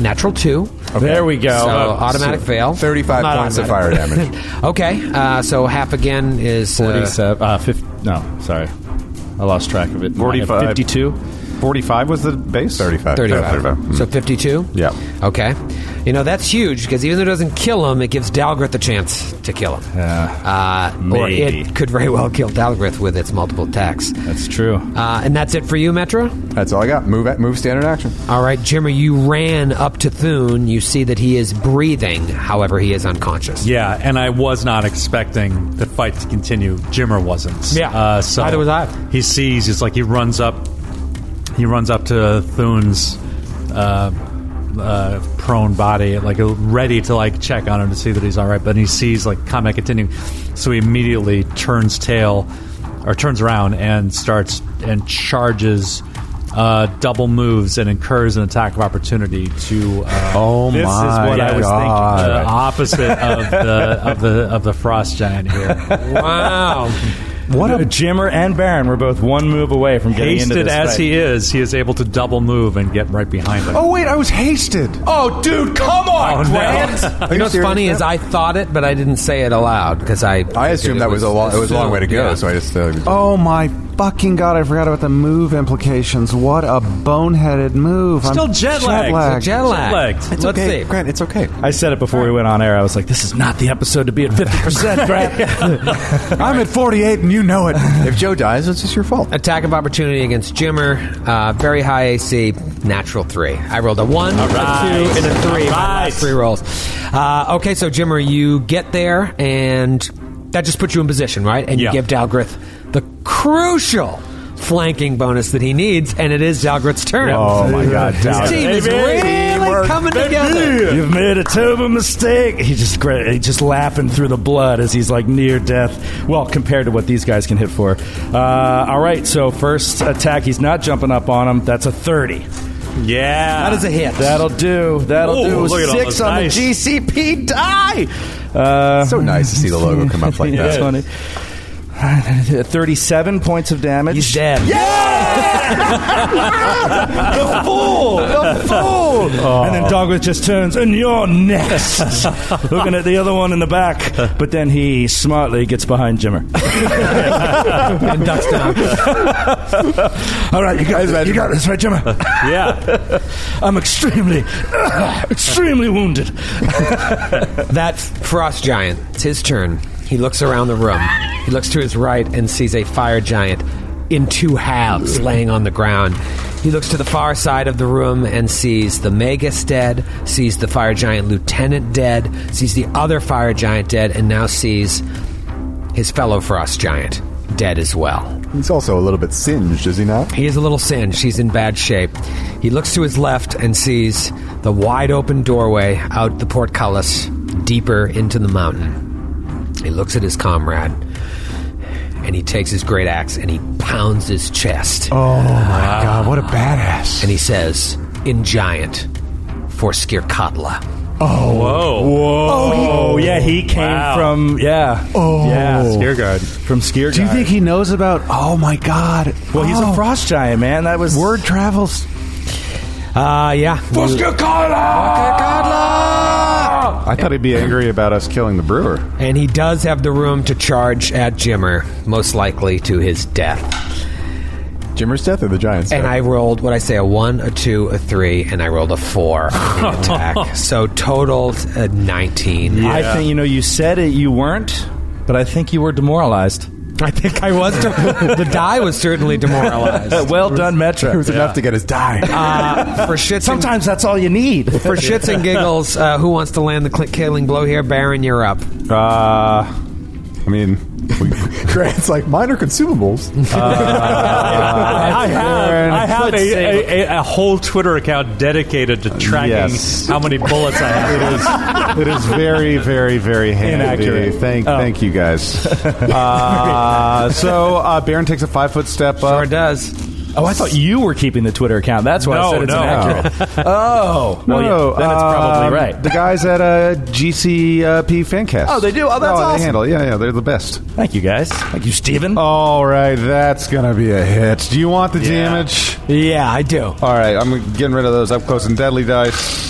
[SPEAKER 2] natural two.
[SPEAKER 4] There we go.
[SPEAKER 2] So automatic fail. Oh.
[SPEAKER 3] thirty-five
[SPEAKER 2] Not
[SPEAKER 3] points of
[SPEAKER 2] automatic.
[SPEAKER 3] fire damage.
[SPEAKER 2] Okay, uh, so half again is uh,
[SPEAKER 4] Forty-seven. Uh, 50, no, sorry, I lost track of it.
[SPEAKER 5] 45.
[SPEAKER 4] Fifty-two.
[SPEAKER 5] 45 was the base?
[SPEAKER 3] 35.
[SPEAKER 2] 35.
[SPEAKER 5] 35.
[SPEAKER 2] So 52?
[SPEAKER 5] Yeah.
[SPEAKER 2] Okay. You know, that's huge because even though it doesn't kill him, it gives Dalgrith a chance to kill him. Yeah. Uh, or
[SPEAKER 4] maybe.
[SPEAKER 2] it could very well kill Dalgrith with its multiple attacks.
[SPEAKER 4] That's true.
[SPEAKER 2] Uh, and that's it for you, Metra?
[SPEAKER 3] That's all I got. Move move standard action.
[SPEAKER 2] All right, Jimmy, you ran up to Thune. You see that he is breathing, however, he is unconscious.
[SPEAKER 6] Yeah, and I was not expecting the fight to continue. Jimmer wasn't.
[SPEAKER 2] Yeah,
[SPEAKER 6] uh, so
[SPEAKER 2] neither was I.
[SPEAKER 6] He sees. It's like he runs up. He runs up to Thune's uh, uh, prone body, like ready to like check on him to see that he's all right. But he sees like combat continuing, so he immediately turns tail or turns around and starts and charges. Uh, double moves and incurs an attack of opportunity to. Uh,
[SPEAKER 5] Oh
[SPEAKER 4] This is
[SPEAKER 5] my
[SPEAKER 4] what I was
[SPEAKER 5] God.
[SPEAKER 6] the opposite of the of the of the frost giant here.
[SPEAKER 2] Wow.
[SPEAKER 4] What a Jimmer and Baron were both one move away from getting into
[SPEAKER 6] Hasted
[SPEAKER 4] this
[SPEAKER 6] as
[SPEAKER 4] fight.
[SPEAKER 6] he is, he is able to double move and get right behind him.
[SPEAKER 5] Oh wait, I was hasted.
[SPEAKER 4] Oh, dude, come on, Grant.
[SPEAKER 3] Are
[SPEAKER 2] You know what's
[SPEAKER 3] serious?
[SPEAKER 2] funny is I thought it, but I didn't say it aloud because I.
[SPEAKER 3] I assumed that was a long it was a long way to go.
[SPEAKER 2] Yeah.
[SPEAKER 3] So I just uh,
[SPEAKER 5] Oh my
[SPEAKER 9] fucking god! I forgot about the move implications. What a boneheaded move!
[SPEAKER 6] Still jet
[SPEAKER 9] jet-lagged.
[SPEAKER 6] lagged.
[SPEAKER 2] Jet lagged.
[SPEAKER 9] It's
[SPEAKER 2] Let's
[SPEAKER 9] okay,
[SPEAKER 2] see.
[SPEAKER 9] Grant. It's okay.
[SPEAKER 4] I said it before we went on air. I was like, this is not the episode to be at 50%, Grant.
[SPEAKER 3] I'm at 48 and you know it. If Joe dies, it's just your fault.
[SPEAKER 2] Attack of opportunity against Jimmer. Uh, very high AC, natural three. I rolled a one, a two, and a three. My last three rolls. Uh, okay, so Jimmer, you get there, and that just puts you in position, right? And
[SPEAKER 6] Yeah.
[SPEAKER 2] you give Dalgrith the crucial flanking bonus that he needs, and it is Dalgrith's turn.
[SPEAKER 3] Oh my god,
[SPEAKER 2] This
[SPEAKER 3] Dallas.
[SPEAKER 2] team is really coming together.
[SPEAKER 4] You've made a terrible mistake. He just gra- he just laughing through the blood as he's like near death. Well, compared to what these guys can hit for. Uh, all right, so first attack. He's not jumping up on him. That's a thirty.
[SPEAKER 6] Yeah.
[SPEAKER 4] That is a hit. That'll do. That'll
[SPEAKER 6] Ooh,
[SPEAKER 4] do.
[SPEAKER 6] look at all
[SPEAKER 4] Six
[SPEAKER 6] those
[SPEAKER 4] on
[SPEAKER 6] dice.
[SPEAKER 4] the GCP die. Uh,
[SPEAKER 3] So nice to see the logo come up like
[SPEAKER 4] yeah,
[SPEAKER 3] that.
[SPEAKER 4] that's funny. Thirty-seven points of damage.
[SPEAKER 2] He's dead.
[SPEAKER 4] the fool, the fool. And then Dogwith just turns, and you're next. Looking at the other one in the back, but then he smartly gets behind Jimmer.
[SPEAKER 2] and ducks down.
[SPEAKER 4] All right, you got, you got this, right, Jimmer?
[SPEAKER 6] yeah.
[SPEAKER 4] I'm extremely, extremely wounded.
[SPEAKER 2] That frost giant, it's his turn. He looks around the room. He looks to his right and sees a fire giant in two halves laying on the ground. He looks to the far side of the room and sees the Magus dead, sees the fire giant lieutenant dead, sees the other fire giant dead, and now sees his fellow frost giant dead as well.
[SPEAKER 3] He's also a little bit singed, is he not?
[SPEAKER 2] He is a little singed. He's in bad shape. He looks to his left and sees the wide open doorway out the portcullis deeper into the mountain. He looks at his comrade and he takes his great axe and he pounds his chest. Oh my god, what a badass. And he says, in giant, for Skirkatla.
[SPEAKER 4] Oh, yeah, he came from yeah. Oh, yeah, Skiergard from Skiergard.
[SPEAKER 9] Do you think he knows about? Oh my god!
[SPEAKER 4] Well, he's
[SPEAKER 9] Oh,
[SPEAKER 4] a frost giant, man. That was
[SPEAKER 9] Word travels.
[SPEAKER 2] Uh, yeah. For
[SPEAKER 5] I thought he'd be angry about us killing the brewer.
[SPEAKER 2] And he does have the room to charge at Jimmer, most likely to his death.
[SPEAKER 3] Jimmer's death or the Giants?
[SPEAKER 2] And I rolled what I say a one, a two, a three, and I rolled a four on the attack. so total uh, nineteen.
[SPEAKER 4] I think you know. You said it. You weren't, but I think you were demoralized.
[SPEAKER 2] I, I think I was. the die was certainly demoralized
[SPEAKER 4] Uh, well done,
[SPEAKER 3] it
[SPEAKER 4] Metra.
[SPEAKER 3] was enough to get us die.
[SPEAKER 2] uh, for shits. and,
[SPEAKER 4] Sometimes that's all you need.
[SPEAKER 2] for shits and giggles, uh, who wants to land the cl- killing blow here? Baron, you're up.
[SPEAKER 5] Uh, I mean, we,
[SPEAKER 3] Grant's like, mine are consumables.
[SPEAKER 6] I have, I have a, a, a, a whole Twitter account dedicated to tracking
[SPEAKER 5] Yes.
[SPEAKER 6] how many bullets I have.
[SPEAKER 5] it is very, very, very handy.
[SPEAKER 4] Inaccurate.
[SPEAKER 5] Thank, thank you guys. Uh, so uh, Baron takes a five foot step
[SPEAKER 2] Or
[SPEAKER 5] up.
[SPEAKER 2] does.
[SPEAKER 4] Oh, I thought you were keeping the Twitter account. That's why I
[SPEAKER 6] No,
[SPEAKER 4] said it's
[SPEAKER 6] no.
[SPEAKER 4] inaccurate. oh, well, yeah, then it's
[SPEAKER 5] um,
[SPEAKER 4] probably right.
[SPEAKER 5] The guys at uh, GCP Fancast.
[SPEAKER 4] Oh, they do? Oh, that's
[SPEAKER 5] they
[SPEAKER 4] awesome.
[SPEAKER 5] handle. it. Yeah, yeah, they're the best.
[SPEAKER 4] Thank you, guys. Oh. Thank you, Steven.
[SPEAKER 5] All right, that's gonna be a hit. Do you want the damage?
[SPEAKER 2] Yeah, I do.
[SPEAKER 5] All right, I'm getting rid of those up close and deadly dice.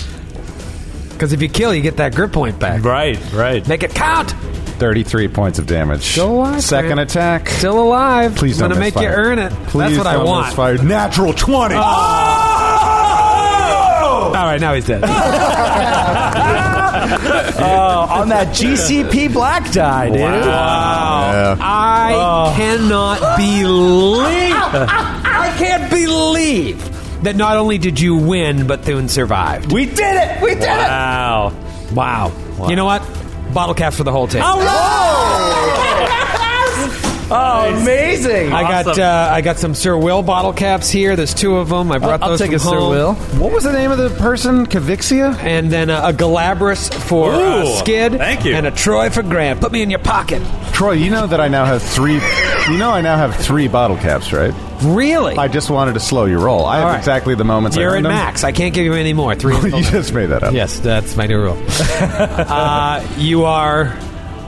[SPEAKER 2] Because if you kill, you get that grip point back.
[SPEAKER 6] Right, right.
[SPEAKER 2] Make it count.
[SPEAKER 5] Thirty-three points of damage.
[SPEAKER 2] Still alive,
[SPEAKER 5] Second
[SPEAKER 2] Grant.
[SPEAKER 5] attack.
[SPEAKER 2] Still alive.
[SPEAKER 5] Please
[SPEAKER 2] I'm
[SPEAKER 5] don't
[SPEAKER 2] gonna make
[SPEAKER 5] miss
[SPEAKER 2] you
[SPEAKER 5] fire.
[SPEAKER 2] earn it.
[SPEAKER 5] Please
[SPEAKER 2] That's what I
[SPEAKER 5] don't
[SPEAKER 2] want.
[SPEAKER 5] miss fire. Natural twenty.
[SPEAKER 4] Oh!
[SPEAKER 2] All right, now he's dead.
[SPEAKER 4] Oh, on that GCP black die, dude.
[SPEAKER 2] I
[SPEAKER 6] Oh.
[SPEAKER 2] cannot believe. I can't believe that not only did you win, but Thune survived.
[SPEAKER 4] We did it. We did
[SPEAKER 6] Wow.
[SPEAKER 2] Wow. You know what? Bottle caps for the whole team.
[SPEAKER 4] Oh. it. Amazing.
[SPEAKER 2] I got
[SPEAKER 6] awesome.
[SPEAKER 2] uh, I got some Sir Will bottle caps here. There's two of them. I brought those from home.
[SPEAKER 5] What was the name of the person? Cavixia?
[SPEAKER 2] And then uh, a Galabras for uh,
[SPEAKER 6] Ooh,
[SPEAKER 2] Skid.
[SPEAKER 6] thank you.
[SPEAKER 2] And a Troy for Grant. Put me in your pocket.
[SPEAKER 5] Troy, you know that I now have three. You know I now have three bottle caps, right?
[SPEAKER 2] Really?
[SPEAKER 5] I just wanted to slow your roll. I have
[SPEAKER 2] All right.
[SPEAKER 5] exactly the moments. I
[SPEAKER 2] You're in
[SPEAKER 5] earned 'em.
[SPEAKER 2] max. I can't give you any more. Three.
[SPEAKER 5] you just made that up.
[SPEAKER 2] Yes, that's my new rule. uh, you are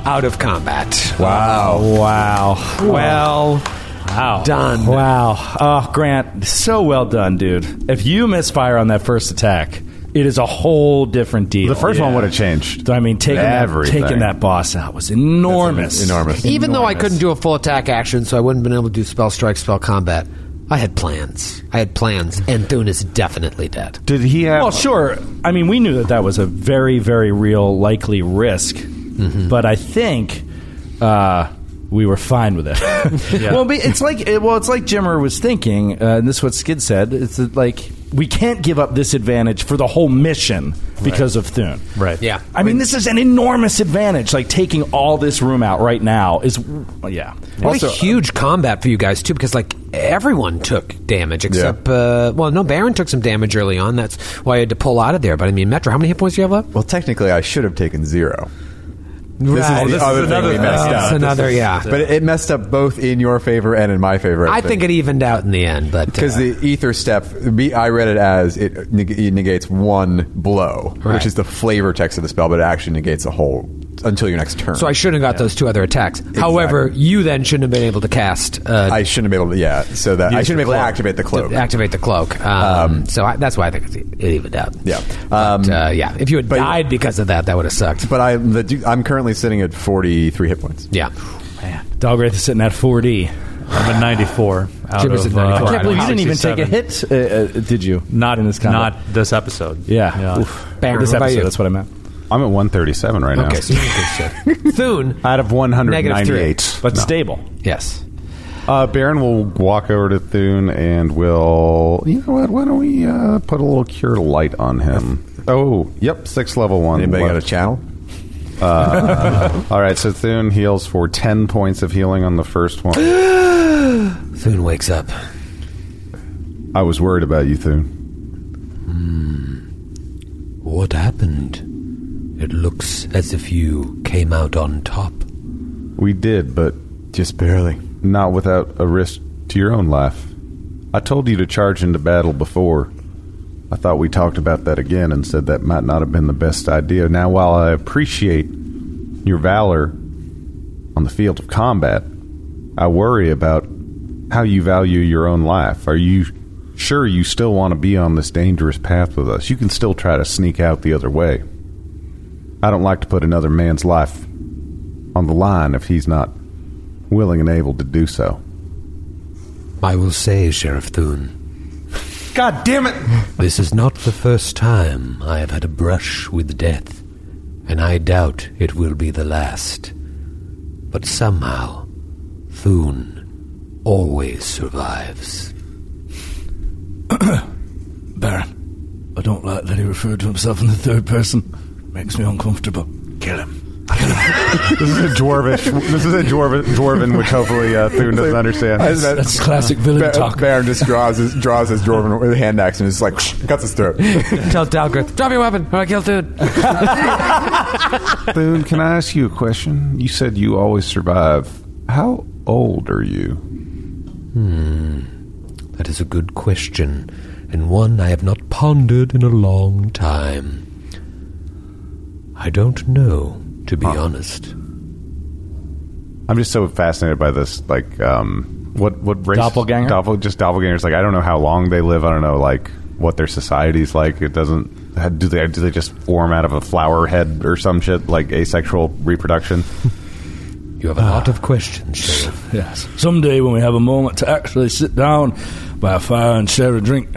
[SPEAKER 2] out of combat.
[SPEAKER 4] Wow. Wow.
[SPEAKER 2] Well done.
[SPEAKER 4] Wow. Oh, Grant, so well done, dude. If you misfire on that first attack, It is a whole different deal.
[SPEAKER 5] The first one would have changed.
[SPEAKER 4] I mean, taking that,
[SPEAKER 5] Everything.
[SPEAKER 4] taking that boss out was enormous.
[SPEAKER 5] Enormous.
[SPEAKER 2] Even though I couldn't do a full attack action, so I wouldn't have been able to do spell strike, spell combat. I had plans. I had plans, and Thune is definitely dead.
[SPEAKER 5] Did he have?
[SPEAKER 4] Well, sure. I mean, we knew that that was a very, very real, likely risk,
[SPEAKER 6] Mm-hmm.
[SPEAKER 4] but I think uh, we were fine with it. Well, but it's like it- well, it's like Jimmer was thinking, uh, and this is what Skid said. It's that, like we can't give up this advantage for the whole mission because of Thune.
[SPEAKER 6] Right.
[SPEAKER 2] Yeah.
[SPEAKER 4] I mean, this is an enormous advantage. Like taking all this room out right now is, yeah.
[SPEAKER 2] What
[SPEAKER 3] uh,
[SPEAKER 2] a huge combat for you guys too, because like everyone took damage except uh, well, no, Baron took some damage early on. That's why I had to pull out of there. But I mean, Metro, how many hit points do you have left?
[SPEAKER 3] Well, technically, I should have taken zero. This
[SPEAKER 2] Right.
[SPEAKER 3] is the
[SPEAKER 6] Oh, this is
[SPEAKER 3] other
[SPEAKER 6] another-
[SPEAKER 3] thing we messed
[SPEAKER 2] That's
[SPEAKER 3] up.
[SPEAKER 2] another, yeah.
[SPEAKER 3] But it, it messed up both in your favor and in my favor.
[SPEAKER 2] I think it evened out in the end, but uh,
[SPEAKER 3] because the ether step, be- I read it as it neg- it negates one blow,
[SPEAKER 2] Right.
[SPEAKER 3] which is the flavor text of the spell, but it actually negates a whole until your next turn.
[SPEAKER 2] So I shouldn't have got those two other attacks. However, you then shouldn't have been able to cast uh,
[SPEAKER 3] I shouldn't have been able to. Yeah, so that I shouldn't have been able to activate the cloak.
[SPEAKER 2] to activate the cloak. Um, so I, that's why I think it's- it evened out.
[SPEAKER 3] Yeah.
[SPEAKER 2] But,
[SPEAKER 3] Um,
[SPEAKER 2] uh, yeah. If you had
[SPEAKER 3] but-
[SPEAKER 2] died because of that, that would have sucked.
[SPEAKER 3] but I, the, du- I'm currently sitting at 43 hit points.
[SPEAKER 2] Yeah.
[SPEAKER 4] Dogwraith is sitting at 4D.
[SPEAKER 6] I'm a 94. Out
[SPEAKER 2] Jim is
[SPEAKER 6] of,
[SPEAKER 2] at 94. I
[SPEAKER 6] uh,
[SPEAKER 4] I can't believe you didn't even take
[SPEAKER 6] 67.
[SPEAKER 4] a hit, uh, uh, did you?
[SPEAKER 6] Not
[SPEAKER 4] in this combat.
[SPEAKER 6] Not this episode.
[SPEAKER 4] Yeah.
[SPEAKER 2] Baron,
[SPEAKER 4] this
[SPEAKER 2] what about
[SPEAKER 4] episode,
[SPEAKER 2] you?
[SPEAKER 4] that's what I meant.
[SPEAKER 5] I'm at 137 right
[SPEAKER 2] Okay.
[SPEAKER 5] now.
[SPEAKER 2] So you did good. Thune.
[SPEAKER 5] Out of
[SPEAKER 2] Negative
[SPEAKER 5] 198.
[SPEAKER 2] three.
[SPEAKER 4] But
[SPEAKER 5] No.
[SPEAKER 4] stable.
[SPEAKER 2] Yes.
[SPEAKER 5] Uh, Baron will walk over to Thune and will. You know what? Why don't we uh, put a little cure light on him? Oh, yep, six level one.
[SPEAKER 3] Um, Anybody got a
[SPEAKER 5] left.
[SPEAKER 3] channel?
[SPEAKER 5] All right, so Thune heals for ten points of healing on the first one.
[SPEAKER 2] Thune wakes up.
[SPEAKER 5] I was worried about you, Thune.
[SPEAKER 2] What happened? It looks as if you came out on top.
[SPEAKER 5] We did, but
[SPEAKER 3] Just barely.
[SPEAKER 5] not without a risk to your own life. I told you to charge into battle before. I thought we talked about that again and said that might not have been the best idea. Now, while I appreciate your valor on the field of combat, I worry about how you value your own life. Are you sure you still want to be on this dangerous path with us? You can still try to sneak out the other way. I don't like to put another man's life on the line if he's not willing and able to do so.
[SPEAKER 2] I will say, Sheriff Thune,
[SPEAKER 5] God damn it!
[SPEAKER 2] this is not the first time I have had a brush with death, and I doubt it will be the last. But somehow, Thune always survives.
[SPEAKER 10] Baron, I don't like that he referred to himself in the third person. Makes me uncomfortable. Kill him.
[SPEAKER 5] This is a dwarvish. This is a dwarven, dwarven which hopefully uh, Thune doesn't understand.
[SPEAKER 10] That's classic villain
[SPEAKER 3] Ba-
[SPEAKER 10] talk.
[SPEAKER 3] Baron just draws his, draws his dwarven with a hand axe and is like, cuts his throat.
[SPEAKER 2] Tell Dalgrith, drop your weapon, or I kill Thune.
[SPEAKER 5] Thune, can I ask you a question? You said you always survive. How old are you?
[SPEAKER 2] That is a good question, and one I have not pondered in a long time. I don't know, to be honest.
[SPEAKER 5] I'm just so fascinated by this. Like, um, what what race?
[SPEAKER 4] Doppelganger?
[SPEAKER 5] Doppel, just doppelgangers. Like, I don't know how long they live. I don't know like what their society's like. It doesn't. how- Do they do they just form out of a flower head or some shit like asexual reproduction?
[SPEAKER 2] You have a lot of questions, Sheriff.
[SPEAKER 10] Yes. Someday when we have a moment to actually sit down by a fire and share a drink,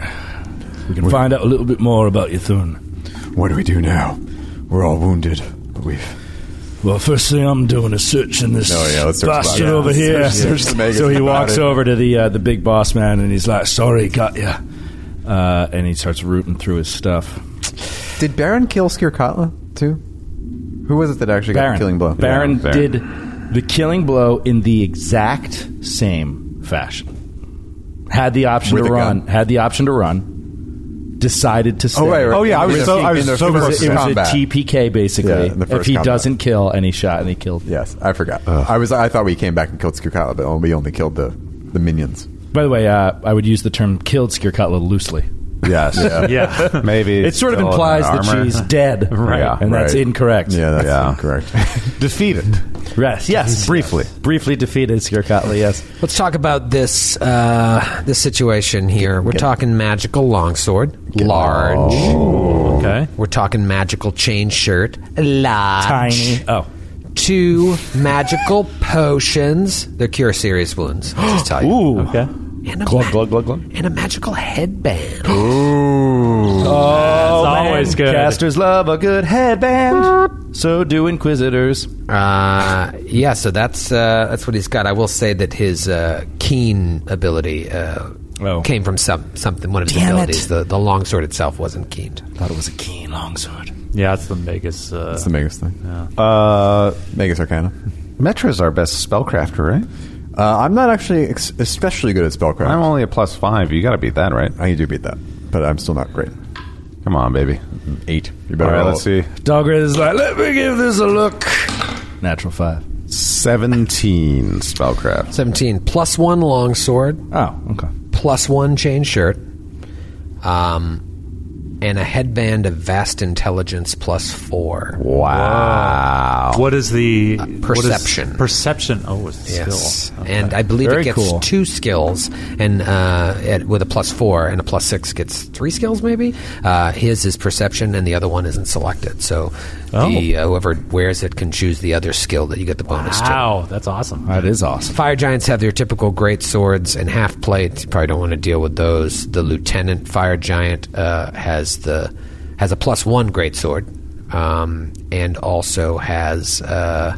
[SPEAKER 10] we can find out a little bit more about your Thune.
[SPEAKER 3] what do we do now? We're all wounded, but we've.
[SPEAKER 10] Well, first thing I'm doing is searching this
[SPEAKER 3] Oh, yeah, let's search the
[SPEAKER 10] bastard
[SPEAKER 3] body.
[SPEAKER 10] over
[SPEAKER 3] Let's
[SPEAKER 10] here.
[SPEAKER 3] search- search the maggots
[SPEAKER 10] so he
[SPEAKER 3] in the
[SPEAKER 10] walks
[SPEAKER 3] body.
[SPEAKER 10] over to the uh, the big boss man and he's like, "Sorry, got you."
[SPEAKER 4] Uh, and he starts rooting through his stuff.
[SPEAKER 3] Did Baron kill Skirkatla too? Who was it that actually got the killing blow?
[SPEAKER 4] Baron
[SPEAKER 5] Yeah, Baron.
[SPEAKER 4] did the killing blow in the exact same fashion. Had the option
[SPEAKER 3] With
[SPEAKER 4] to
[SPEAKER 3] a
[SPEAKER 4] run.
[SPEAKER 3] gun?
[SPEAKER 4] Had the option to run. Decided to stay.
[SPEAKER 3] right, right.
[SPEAKER 5] Oh, yeah, I was
[SPEAKER 3] In
[SPEAKER 5] so-
[SPEAKER 3] the-
[SPEAKER 5] I was
[SPEAKER 3] in the
[SPEAKER 5] so
[SPEAKER 4] It
[SPEAKER 3] first
[SPEAKER 4] was, a, it was a
[SPEAKER 3] combat.
[SPEAKER 4] TPK basically.
[SPEAKER 3] Yeah, in the
[SPEAKER 4] if
[SPEAKER 3] first
[SPEAKER 4] he
[SPEAKER 3] combat.
[SPEAKER 4] doesn't kill, and he shot and he killed.
[SPEAKER 3] Yes, I forgot. I was. I thought we came back and killed Skirkatla, but we only killed the the minions.
[SPEAKER 4] By the way, uh, I would use the term "killed" Skirkutla loosely.
[SPEAKER 5] Yes.
[SPEAKER 6] Yeah.
[SPEAKER 5] Maybe.
[SPEAKER 4] It sort of
[SPEAKER 5] still in
[SPEAKER 4] implies that
[SPEAKER 5] armor.
[SPEAKER 4] she's dead.
[SPEAKER 5] Right. Yeah,
[SPEAKER 4] and that's
[SPEAKER 5] right.
[SPEAKER 4] incorrect.
[SPEAKER 3] Yeah, that's
[SPEAKER 5] Yeah.
[SPEAKER 3] incorrect.
[SPEAKER 5] Defeated.
[SPEAKER 4] Yes, yes.
[SPEAKER 5] Briefly.
[SPEAKER 4] Briefly defeated Skirkotli, yes.
[SPEAKER 2] Let's talk about this uh, this situation here. We're talking magical longsword, large.
[SPEAKER 6] Okay.
[SPEAKER 2] We're talking magical chain shirt, large.
[SPEAKER 4] Tiny. Oh.
[SPEAKER 2] Two magical potions. They cure serious wounds. I'll Just tell you.
[SPEAKER 4] Ooh. Okay.
[SPEAKER 2] And a
[SPEAKER 7] Glug,
[SPEAKER 2] ma-
[SPEAKER 7] glug, glug, glug.
[SPEAKER 2] And a magical headband.
[SPEAKER 4] Oh,
[SPEAKER 6] That's always good.
[SPEAKER 4] Casters love a good headband. So do inquisitors.
[SPEAKER 2] Uh, yeah, so that's uh, that's what he's got. I will say that his uh, keen ability uh,
[SPEAKER 4] Oh.
[SPEAKER 2] came from some something one of his
[SPEAKER 4] Damn
[SPEAKER 2] abilities.
[SPEAKER 4] it.
[SPEAKER 2] The the longsword itself wasn't keen.
[SPEAKER 4] Thought it was a keen longsword.
[SPEAKER 6] Yeah, that's the biggest. Uh,
[SPEAKER 3] That's the Magus thing.
[SPEAKER 5] Uh,
[SPEAKER 3] Magus Arcana.
[SPEAKER 5] Metra's our best spellcrafter, right?
[SPEAKER 3] Uh, I'm not actually ex- especially good at spellcraft.
[SPEAKER 5] I'm only a plus five. You got to beat that, right?
[SPEAKER 3] I do beat that, but I'm still not great.
[SPEAKER 5] Come on, baby.
[SPEAKER 3] Eight. You
[SPEAKER 5] All
[SPEAKER 3] better
[SPEAKER 5] right,
[SPEAKER 3] roll
[SPEAKER 5] let's see.
[SPEAKER 4] Dogrid is like, let me give this a look. Natural five.
[SPEAKER 5] 17 spellcraft.
[SPEAKER 2] Seventeen plus one longsword,
[SPEAKER 4] Oh, okay.
[SPEAKER 2] plus one chain shirt, um, and a headband of vast intelligence plus four.
[SPEAKER 5] Wow.
[SPEAKER 6] what is the what is-
[SPEAKER 2] perception.
[SPEAKER 6] perception. Oh, it's
[SPEAKER 2] Yes,
[SPEAKER 6] skill.
[SPEAKER 2] and I believe
[SPEAKER 4] Very
[SPEAKER 2] it gets
[SPEAKER 4] cool.
[SPEAKER 2] two skills, and uh, at, with a plus four and a plus six gets three skills. Maybe uh, his is perception, and the other one isn't selected. So
[SPEAKER 4] Oh.
[SPEAKER 2] the, uh, whoever wears it can choose the other skill that you get the bonus to.
[SPEAKER 6] Wow, that's awesome.
[SPEAKER 4] That is awesome.
[SPEAKER 2] Fire giants have their typical great swords and half plates. You probably don't want to deal with those. The lieutenant fire giant uh, has the has a plus one great sword, um, and also has uh,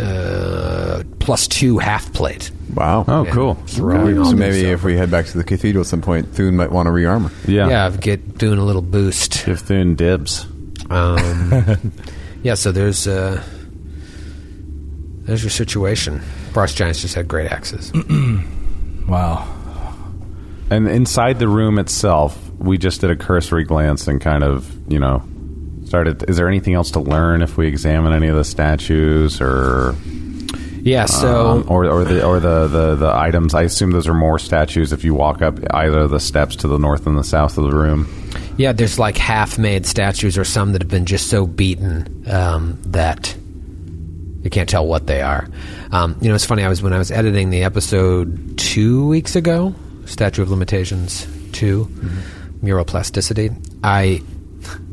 [SPEAKER 2] uh, plus two half plate.
[SPEAKER 3] Wow.
[SPEAKER 5] Oh, cool.
[SPEAKER 2] Throwing all
[SPEAKER 3] So
[SPEAKER 2] these
[SPEAKER 3] maybe
[SPEAKER 2] over.
[SPEAKER 3] if we head back to the cathedral at some point, Thune might want to rearmor.
[SPEAKER 5] Yeah.
[SPEAKER 2] yeah, get doing a little boost.
[SPEAKER 5] Give Thune dibs.
[SPEAKER 2] Um, yeah, so there's uh, there's your situation. Frost Giants just had great axes.
[SPEAKER 4] Wow.
[SPEAKER 5] And inside the room itself, we just did a cursory glance and kind of, you know, started. Is there anything else to learn if we examine any of the statues or
[SPEAKER 2] Yeah, so
[SPEAKER 5] um, or, or the or the, the the items? I assume those are more statues. If you walk up either of the steps to the north and the south of the room,
[SPEAKER 2] yeah, there's like half-made statues or some that have been just so beaten um, that you can't tell what they are. Um, you know, it's funny. I was when I was editing the episode two weeks ago, Statue of Limitations 2 mural plasticity. I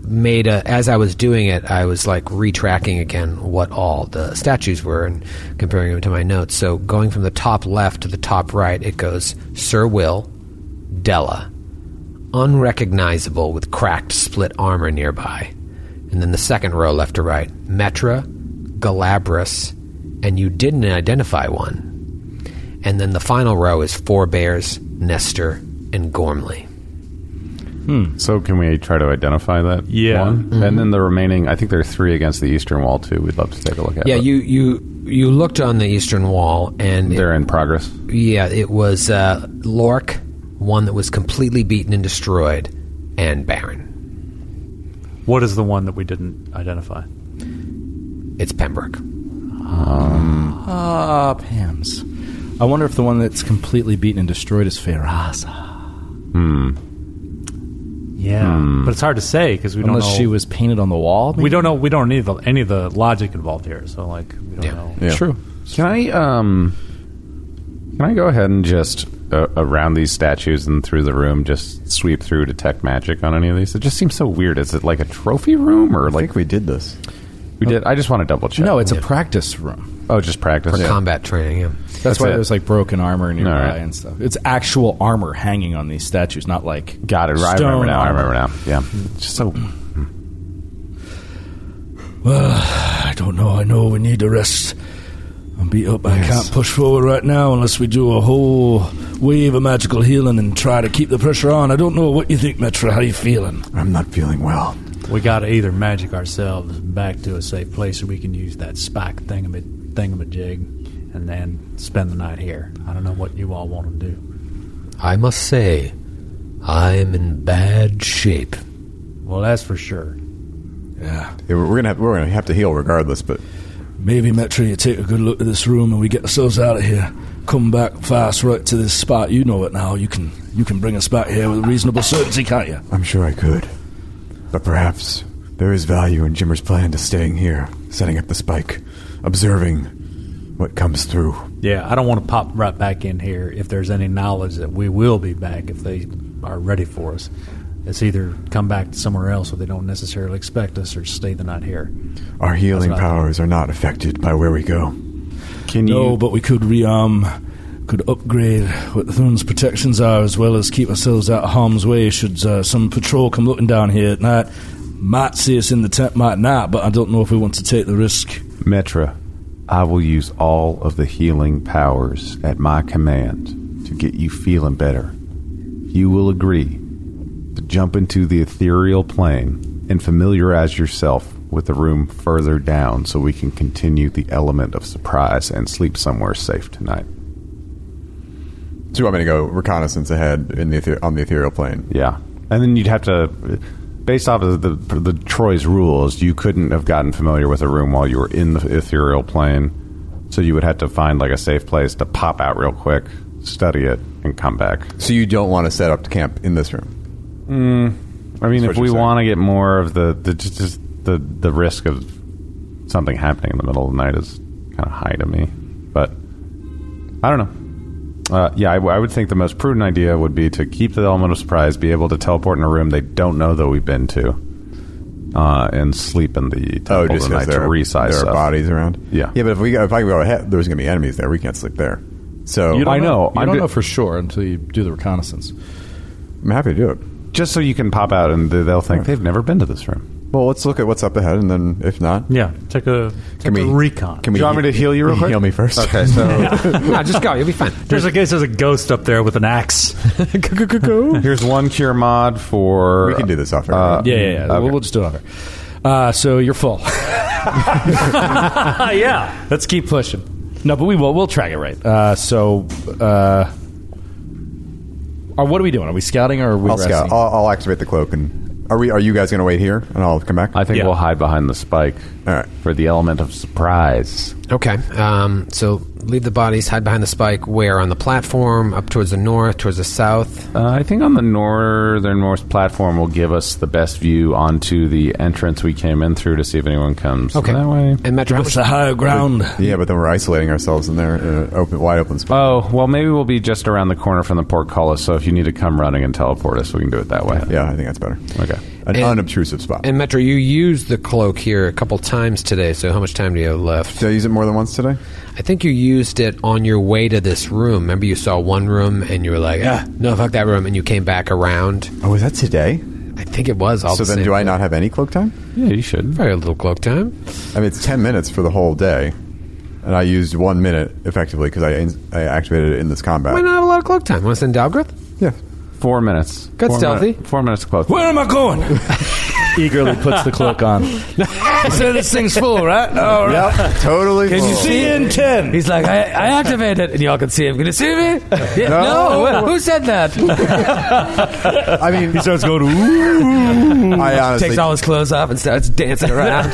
[SPEAKER 2] made a as I was doing it, I was like retracking again what all the statues were and comparing them to my notes. So going from the top left to the top right, it goes Sir Will, Della, unrecognizable with cracked split armor nearby. And then the second row left to right, Metra, Galabras, and you didn't identify one. And then the final row is Forebears, Nestor, and Gormley.
[SPEAKER 5] so can we try to identify that?
[SPEAKER 6] Yeah.
[SPEAKER 5] one?
[SPEAKER 2] Mm-hmm.
[SPEAKER 5] and then the remaining. I think there are three against the eastern wall too. We'd love to take a look at.
[SPEAKER 2] Yeah,
[SPEAKER 5] but
[SPEAKER 2] you, you you looked on the eastern wall and it-
[SPEAKER 5] They're in progress.
[SPEAKER 2] yeah, it was uh, Lork, one that was completely beaten and destroyed, and Baron.
[SPEAKER 6] What is the one that we didn't identify?
[SPEAKER 2] It's Pembroke.
[SPEAKER 4] Ah, Pams. I wonder if the one that's completely beaten and destroyed is Ferraza.
[SPEAKER 6] Yeah, but it's hard to say because we don't know.
[SPEAKER 4] Hmm. Unless she was painted on the wall.
[SPEAKER 6] we don't know. We don't need the, any of the logic involved here. So like, we don't
[SPEAKER 2] Yeah.
[SPEAKER 6] know.
[SPEAKER 3] Yeah.
[SPEAKER 4] True.
[SPEAKER 5] Can I um can I go ahead and just uh, around these statues and through the room just sweep through detect magic on any of these? It just seems so weird. Is it like a trophy room or
[SPEAKER 3] I
[SPEAKER 5] like
[SPEAKER 3] think we did this.
[SPEAKER 5] we did? I just want to double check.
[SPEAKER 4] No, it's a practice room.
[SPEAKER 5] oh, just practice.
[SPEAKER 2] For combat training, yeah.
[SPEAKER 5] That's
[SPEAKER 4] That's, why
[SPEAKER 5] it.
[SPEAKER 4] there's like broken armor nearby
[SPEAKER 5] All right.
[SPEAKER 4] and stuff. It's actual armor hanging on these statues, not like
[SPEAKER 5] Got it. Right. I
[SPEAKER 4] stone
[SPEAKER 5] remember now. I
[SPEAKER 4] armor.
[SPEAKER 5] remember now. Yeah. It's Just so
[SPEAKER 10] I don't know. I know we need to rest. I'm beat up. I can't push forward right now unless we do a whole wave of magical healing and try to keep the pressure on. I don't know what you think, Metra. How you feeling?
[SPEAKER 3] I'm not feeling well.
[SPEAKER 6] We got to either magic ourselves back to a safe place, or we can use that spike thingamaj- thingamajig and then spend the night here. I don't know what you all want to do.
[SPEAKER 2] I must say, I'm in bad shape.
[SPEAKER 6] Well, that's for sure.
[SPEAKER 3] Yeah, we're we're gonna have, we're gonna have to heal regardless, but
[SPEAKER 10] Maybe Metro, you take a good look at this room and we get ourselves out of here. Come back fast, right to this spot. You know it now. You can you can bring us back here with reasonable certainty, can't you?
[SPEAKER 3] I'm sure I could. But perhaps there is value in Jimmer's plan to staying here, setting up the spike, observing what comes through.
[SPEAKER 6] Yeah, I don't want to pop right back in here if there's any knowledge that we will be back if they are ready for us. It's either come back somewhere else where they don't necessarily expect us or stay the night here.
[SPEAKER 3] Our healing
[SPEAKER 6] what I thought.
[SPEAKER 3] powers are not affected by where we go. Can
[SPEAKER 10] No, but we could rearm, could upgrade what the Thun's protections are, as well as keep ourselves out of harm's way should uh, some patrol come looking down here at night. Might see us in the tent, might not, but I don't know if we want to take the risk.
[SPEAKER 5] Metra, I will use all of the healing powers at my command to get you feeling better. You will agree to jump into the ethereal plane and familiarize yourself with the room further down so we can continue the element of surprise and sleep somewhere safe tonight.
[SPEAKER 3] So you want me to go reconnaissance ahead in the ether- on the ethereal plane?
[SPEAKER 5] Yeah. And then you'd have to, based off of the, the Troy's rules, you couldn't have gotten familiar with a room while you were in the ethereal plane. So you would have to find like a safe place to pop out real quick, study it, and come back.
[SPEAKER 3] So you don't want to set up camp in this room?
[SPEAKER 5] Mm, I mean,
[SPEAKER 3] That's
[SPEAKER 5] if
[SPEAKER 3] what
[SPEAKER 5] we
[SPEAKER 3] you're
[SPEAKER 5] want to get more of the, the just, just the the risk of something happening in the middle of the night is kind of high to me, but I don't know. Uh, yeah, I, w- I would think the most prudent idea would be to keep the element of surprise, be able to teleport in a room they don't know that we've been to, uh, and sleep in the
[SPEAKER 3] Oh,
[SPEAKER 5] temple
[SPEAKER 3] just
[SPEAKER 5] tonight
[SPEAKER 3] because
[SPEAKER 5] to
[SPEAKER 3] there, are-
[SPEAKER 5] resize
[SPEAKER 3] there are
[SPEAKER 5] stuff.
[SPEAKER 3] bodies around.
[SPEAKER 5] Yeah.
[SPEAKER 3] yeah. But if we go, if I go ahead, there's going to be enemies there. We can't sleep there. So
[SPEAKER 5] You don't I know. know.
[SPEAKER 3] I
[SPEAKER 5] I'm
[SPEAKER 3] don't
[SPEAKER 5] ju-
[SPEAKER 3] know
[SPEAKER 5] for
[SPEAKER 3] sure until you do the reconnaissance. I'm happy to do it.
[SPEAKER 5] Just so you can pop out and th- they'll
[SPEAKER 3] Hmm.
[SPEAKER 5] think they've never been to this room.
[SPEAKER 3] Well, let's look at what's up ahead, and then if not,
[SPEAKER 6] Yeah, take a, take a recon.
[SPEAKER 3] Can we Heal me first.
[SPEAKER 5] Okay, so
[SPEAKER 2] no, just go. You'll be fine.
[SPEAKER 6] There's a case there's a ghost up there with an axe.
[SPEAKER 5] here's one cure mod for.
[SPEAKER 3] we can do this off air.
[SPEAKER 5] Uh,
[SPEAKER 4] Yeah, yeah, yeah.
[SPEAKER 5] okay.
[SPEAKER 4] We'll, we'll just do it over. Uh, so you're full.
[SPEAKER 6] yeah.
[SPEAKER 4] Let's keep pushing. No, but we will. We'll track it right. Uh, so, uh, are, what are we doing? Are we scouting or are we
[SPEAKER 3] I'll
[SPEAKER 4] resting?
[SPEAKER 3] scout. I'll, I'll activate the cloak, and are we? Are you guys going to wait here, and I'll come back?
[SPEAKER 5] I think
[SPEAKER 6] Yeah.
[SPEAKER 5] we'll hide behind the spike
[SPEAKER 3] All right.
[SPEAKER 5] for the element of surprise.
[SPEAKER 2] Okay. Um, so leave the bodies, hide behind the spike. Where on the platform? Up towards the north, towards the south.
[SPEAKER 5] Uh, I think on the northern north platform will give us the best view onto the entrance we came in through to see if anyone comes
[SPEAKER 2] Okay.
[SPEAKER 5] that way.
[SPEAKER 2] And Metro, how
[SPEAKER 10] What's
[SPEAKER 2] much-
[SPEAKER 10] the higher ground?
[SPEAKER 3] Yeah, but then we're isolating ourselves in there, in an open, wide open spot.
[SPEAKER 5] Oh, well, maybe we'll be just around the corner from the portcullis, so if you need to come running and teleport us, we can do it that way.
[SPEAKER 3] yeah, I think that's better.
[SPEAKER 5] Okay.
[SPEAKER 3] An
[SPEAKER 2] And-
[SPEAKER 3] unobtrusive spot.
[SPEAKER 2] and Metro, you used the cloak here a couple times today. So how much time do you have left?
[SPEAKER 3] Did I use it more than once today?
[SPEAKER 2] I think you used it on your way to this room. Remember, you saw one room and you were like, "Ah, no, fuck that room," and you came back around.
[SPEAKER 3] Oh, was that today?
[SPEAKER 2] I think it was all
[SPEAKER 3] so
[SPEAKER 2] the
[SPEAKER 3] then,
[SPEAKER 2] same.
[SPEAKER 3] do I not have any cloak time?
[SPEAKER 5] Yeah, you should.
[SPEAKER 2] Probably a little cloak time.
[SPEAKER 3] I mean, it's ten minutes for the whole day, and I used one minute effectively because I I activated it in this combat.
[SPEAKER 2] Might not have a lot of cloak time. Want to send Dalgrith?
[SPEAKER 3] Yeah.
[SPEAKER 5] Four minutes.
[SPEAKER 2] Good
[SPEAKER 5] Four
[SPEAKER 2] stealthy.
[SPEAKER 5] minute- four minutes close.
[SPEAKER 10] Where am I going?
[SPEAKER 4] Eagerly puts the cloak on.
[SPEAKER 10] You said this thing's full, right? All right.
[SPEAKER 3] Yep. Totally.
[SPEAKER 4] Can you
[SPEAKER 2] Oh.
[SPEAKER 3] full.
[SPEAKER 4] see it?
[SPEAKER 10] In ten.
[SPEAKER 4] He's like, I, I activated it, and y'all can see him. Can you see me? Yeah,
[SPEAKER 3] No.
[SPEAKER 4] Who said that?
[SPEAKER 3] I mean, he starts going. I honestly,
[SPEAKER 4] Takes all his clothes off and starts dancing around.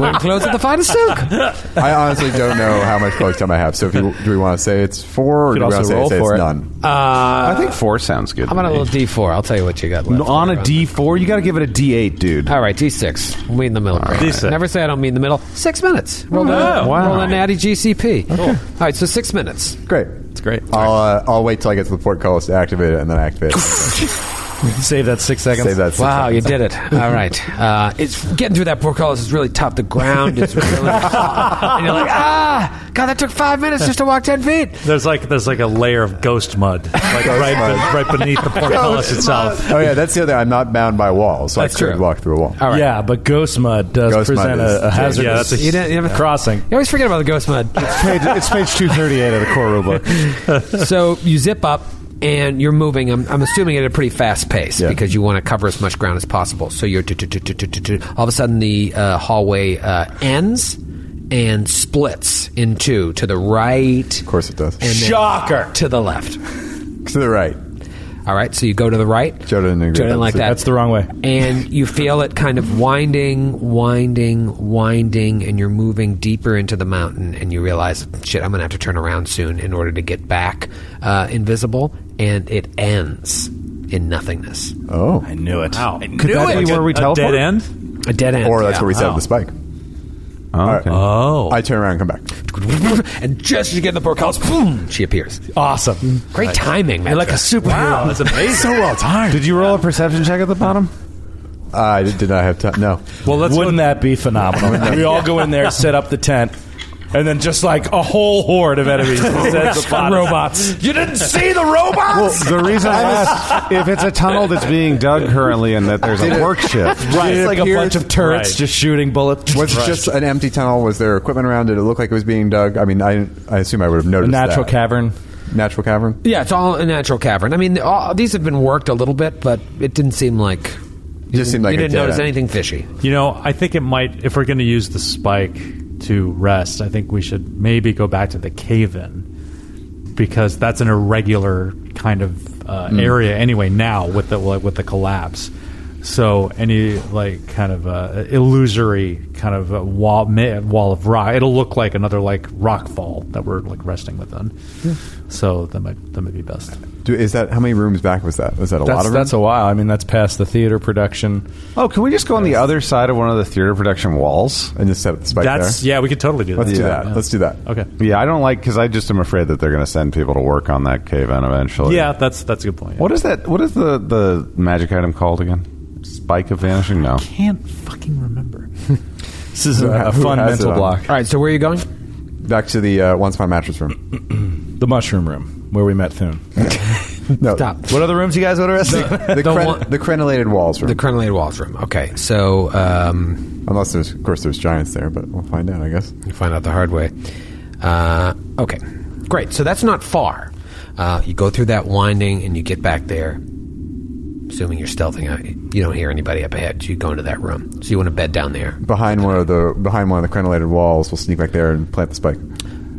[SPEAKER 2] Wearing clothes at the finest
[SPEAKER 5] Uh,
[SPEAKER 2] silk.
[SPEAKER 3] I honestly don't know how much cloak time I have. So, if you, do we want to say it's four, or
[SPEAKER 5] Could
[SPEAKER 3] do we want
[SPEAKER 5] also
[SPEAKER 3] to say,
[SPEAKER 5] roll
[SPEAKER 3] say
[SPEAKER 5] for
[SPEAKER 3] it's
[SPEAKER 5] it.
[SPEAKER 3] none?
[SPEAKER 5] I think four sounds good.
[SPEAKER 2] How about a little D4? I'll tell you what you got left.
[SPEAKER 5] on a
[SPEAKER 2] Around.
[SPEAKER 5] D4, you got to give it a D8, dude.
[SPEAKER 2] All right, D6. We in the middle. Right.
[SPEAKER 6] D6.
[SPEAKER 2] Never say I don't mean the middle. Six minutes. Roll,
[SPEAKER 5] Oh,
[SPEAKER 2] a,
[SPEAKER 5] wow.
[SPEAKER 2] roll a natty GCP. All right, so six minutes.
[SPEAKER 3] Great.
[SPEAKER 4] It's great.
[SPEAKER 3] I'll uh, I'll wait till I get to the portcullis to activate it, and then activate. it.
[SPEAKER 4] Save that six seconds.
[SPEAKER 3] Save that. six
[SPEAKER 2] Wow,
[SPEAKER 3] seconds.
[SPEAKER 2] you did it. All right. Uh, it's Getting through that portcullis is really tough. The ground is really hot. And you're like, ah, God, that took five minutes just to walk 10 feet.
[SPEAKER 6] There's like there's like a layer of ghost mud, like right, be- right beneath the portcullis itself.
[SPEAKER 3] Oh yeah, that's the other. I'm not bound by walls, so
[SPEAKER 2] That's
[SPEAKER 3] I could
[SPEAKER 2] true.
[SPEAKER 3] walk through a wall.
[SPEAKER 2] All right.
[SPEAKER 4] Yeah, but ghost mud does
[SPEAKER 3] Ghost mud
[SPEAKER 4] present
[SPEAKER 3] is-
[SPEAKER 4] a, a hazardous
[SPEAKER 6] Yeah, that's a-
[SPEAKER 2] You didn't- you never-
[SPEAKER 4] crossing.
[SPEAKER 2] You always forget about the ghost mud.
[SPEAKER 5] Page- it's page 238 of the core rulebook.
[SPEAKER 2] so you zip up and you're moving. I'm, I'm assuming at a pretty fast pace
[SPEAKER 3] Yeah.
[SPEAKER 2] because you want to cover as much ground as possible. So you're tu- tu- tu- tu- tu- tu- tu. all of a sudden the uh, hallway uh, ends and splits in two to the right
[SPEAKER 3] Of course it does.
[SPEAKER 2] and then
[SPEAKER 4] Shocker.
[SPEAKER 2] to the left.
[SPEAKER 3] To the right.
[SPEAKER 2] All right, so you go to the right.
[SPEAKER 3] Joe didn't
[SPEAKER 2] like that.
[SPEAKER 11] That's the wrong way.
[SPEAKER 2] And you feel it kind of winding, winding, winding, and you're moving deeper into the mountain, and you realize, shit, I'm going to have to turn around soon in order to get back uh, invisible, and it ends in nothingness.
[SPEAKER 3] Oh.
[SPEAKER 4] I knew it.
[SPEAKER 6] Wow.
[SPEAKER 4] I
[SPEAKER 2] Could
[SPEAKER 4] knew
[SPEAKER 2] that
[SPEAKER 4] it.
[SPEAKER 2] be where we A dead teleport? end? A dead end,
[SPEAKER 3] Or that's
[SPEAKER 2] yeah.
[SPEAKER 3] where we set
[SPEAKER 2] Wow.
[SPEAKER 3] up the spike.
[SPEAKER 5] Okay.
[SPEAKER 3] Oh. I turn around and come back.
[SPEAKER 2] and just as you get in the portcullis, boom, she appears.
[SPEAKER 11] Awesome.
[SPEAKER 2] Great timing, man.
[SPEAKER 11] Like a superhero. Wow, that's amazing.
[SPEAKER 3] so well timed.
[SPEAKER 5] Did you roll a perception check at the bottom?
[SPEAKER 3] I did not have time. No.
[SPEAKER 6] Well, let's
[SPEAKER 11] Wouldn't that be phenomenal? we all go in there, set up the tent, and then just like a whole horde of enemies, just robots.
[SPEAKER 4] You didn't see the robots?
[SPEAKER 5] The reason I asked if it's a tunnel that's being dug currently and that there's a work shift.
[SPEAKER 3] Right.
[SPEAKER 11] It's like a bunch of turrets
[SPEAKER 6] Right.
[SPEAKER 11] just shooting bullets.
[SPEAKER 3] Was it just an empty tunnel? Was there equipment around? Did it look like it was being dug? I mean, I, I assume I would have
[SPEAKER 11] a
[SPEAKER 3] noticed
[SPEAKER 11] natural
[SPEAKER 3] that.
[SPEAKER 11] cavern?
[SPEAKER 3] Natural cavern?
[SPEAKER 2] Yeah, it's all a natural cavern. I mean, all, these have been worked a little bit, but it didn't seem like
[SPEAKER 3] It just seemed like
[SPEAKER 2] you
[SPEAKER 3] a
[SPEAKER 2] didn't
[SPEAKER 3] dead
[SPEAKER 2] notice
[SPEAKER 3] end.
[SPEAKER 2] anything fishy.
[SPEAKER 6] You know, I think it might. If we're going to use the spike to rest, I think we should maybe go back to the cave-in because that's an irregular kind of uh, area anyway. Now with the like, with the collapse, so any like kind of uh, illusory kind of uh wall ma- wall of rock, it'll look like another like rock fall that we're like resting within. So that might that might be best.
[SPEAKER 3] Do, is that how many rooms back was that? Was that a lot
[SPEAKER 11] That's,
[SPEAKER 3] of
[SPEAKER 11] that's a
[SPEAKER 3] rooms?
[SPEAKER 11] while. I mean, that's past the theater production.
[SPEAKER 5] Oh, can we just go on the other side of one of the theater production walls?
[SPEAKER 3] and just set up the spike
[SPEAKER 6] that's
[SPEAKER 3] there.
[SPEAKER 6] yeah, we could totally do that.
[SPEAKER 3] Let's do
[SPEAKER 6] Yeah,
[SPEAKER 3] that.
[SPEAKER 6] yeah.
[SPEAKER 3] Let's do that.
[SPEAKER 6] Okay.
[SPEAKER 5] Yeah, I don't like because I just am afraid that they're going to send people to work on that cave in eventually.
[SPEAKER 6] Yeah, that's that's a good point.
[SPEAKER 5] What is that? What is the the magic item called again? Spike of vanishing? No.
[SPEAKER 6] Can't fucking remember.
[SPEAKER 11] This is
[SPEAKER 3] Who
[SPEAKER 11] a,
[SPEAKER 3] ha-
[SPEAKER 11] a
[SPEAKER 3] who
[SPEAKER 11] fun
[SPEAKER 3] has it
[SPEAKER 11] mental
[SPEAKER 3] on?
[SPEAKER 11] block.
[SPEAKER 2] All right, so where are you going?
[SPEAKER 3] Back to the uh, once upon mattress room.
[SPEAKER 11] The mushroom room where we met Thune.
[SPEAKER 3] No,
[SPEAKER 2] Stop.
[SPEAKER 11] What other rooms you guys want to rest?
[SPEAKER 3] The, cren-
[SPEAKER 2] one-
[SPEAKER 3] the crenellated walls room.
[SPEAKER 2] The crenellated walls room. Okay, so um,
[SPEAKER 3] Unless there's, of course, there's giants there, but we'll find out, I guess.
[SPEAKER 2] you find out the hard way. Uh, okay, great. So that's not far. Uh, you go through that winding and you get back there. Assuming you're stealthing, out, you don't hear anybody up ahead. So you go into that room. So you want to bed down there.
[SPEAKER 3] Behind one of the behind one of the crenellated walls, we'll sneak back there and plant the spike.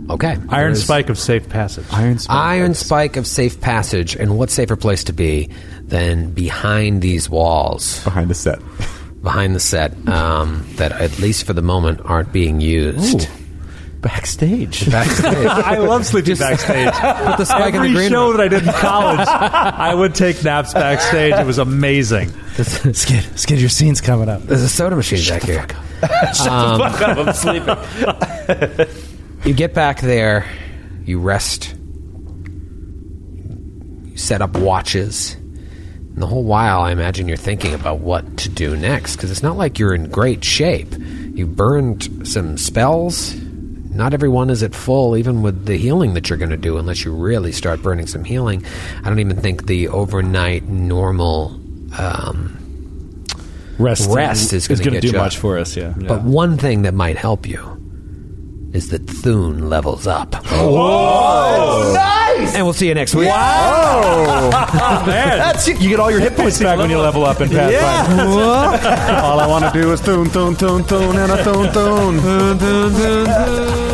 [SPEAKER 2] Okay.
[SPEAKER 6] Iron
[SPEAKER 2] There's-
[SPEAKER 6] Spike of Safe Passage.
[SPEAKER 3] Iron spike.
[SPEAKER 2] Iron spike of safe passage, and what safer place to be than behind these walls,
[SPEAKER 3] behind a set.
[SPEAKER 2] behind the set um, that at least for the moment aren't being used.
[SPEAKER 11] Backstage.
[SPEAKER 2] Backstage.
[SPEAKER 6] I love sleeping backstage.
[SPEAKER 2] Put the spike in the
[SPEAKER 6] Every
[SPEAKER 2] green
[SPEAKER 6] show
[SPEAKER 2] room.
[SPEAKER 6] that I did in college, I would take naps backstage. It was amazing.
[SPEAKER 11] Skid, Skid, your scene's coming up.
[SPEAKER 2] There's a soda machine back here. Um,
[SPEAKER 11] I'm sleeping.
[SPEAKER 2] You get back there, you rest, you set up watches, and the whole while I imagine you're thinking about what to do next because it's not like you're in great shape. You burned some spells. Not everyone is at full, even with the healing that you're going to do, unless you really start burning some healing. I don't even think the overnight normal um,
[SPEAKER 11] Rest,
[SPEAKER 2] Rest is gonna
[SPEAKER 11] gonna
[SPEAKER 2] get
[SPEAKER 11] do
[SPEAKER 2] you
[SPEAKER 11] much
[SPEAKER 2] up.
[SPEAKER 11] for us. Yeah.
[SPEAKER 2] But one thing that might help you is that Thune levels up.
[SPEAKER 11] Oh.
[SPEAKER 2] nice! And we'll see you next week.
[SPEAKER 11] That's it. You get all your hit points back when you level up and pass.
[SPEAKER 5] All I want to do is thun thun thun thun and a thun thun. thun, thun, thun, thun.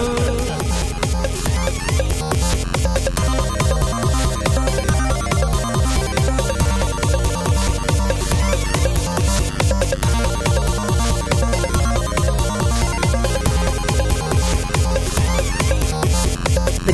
[SPEAKER 12] The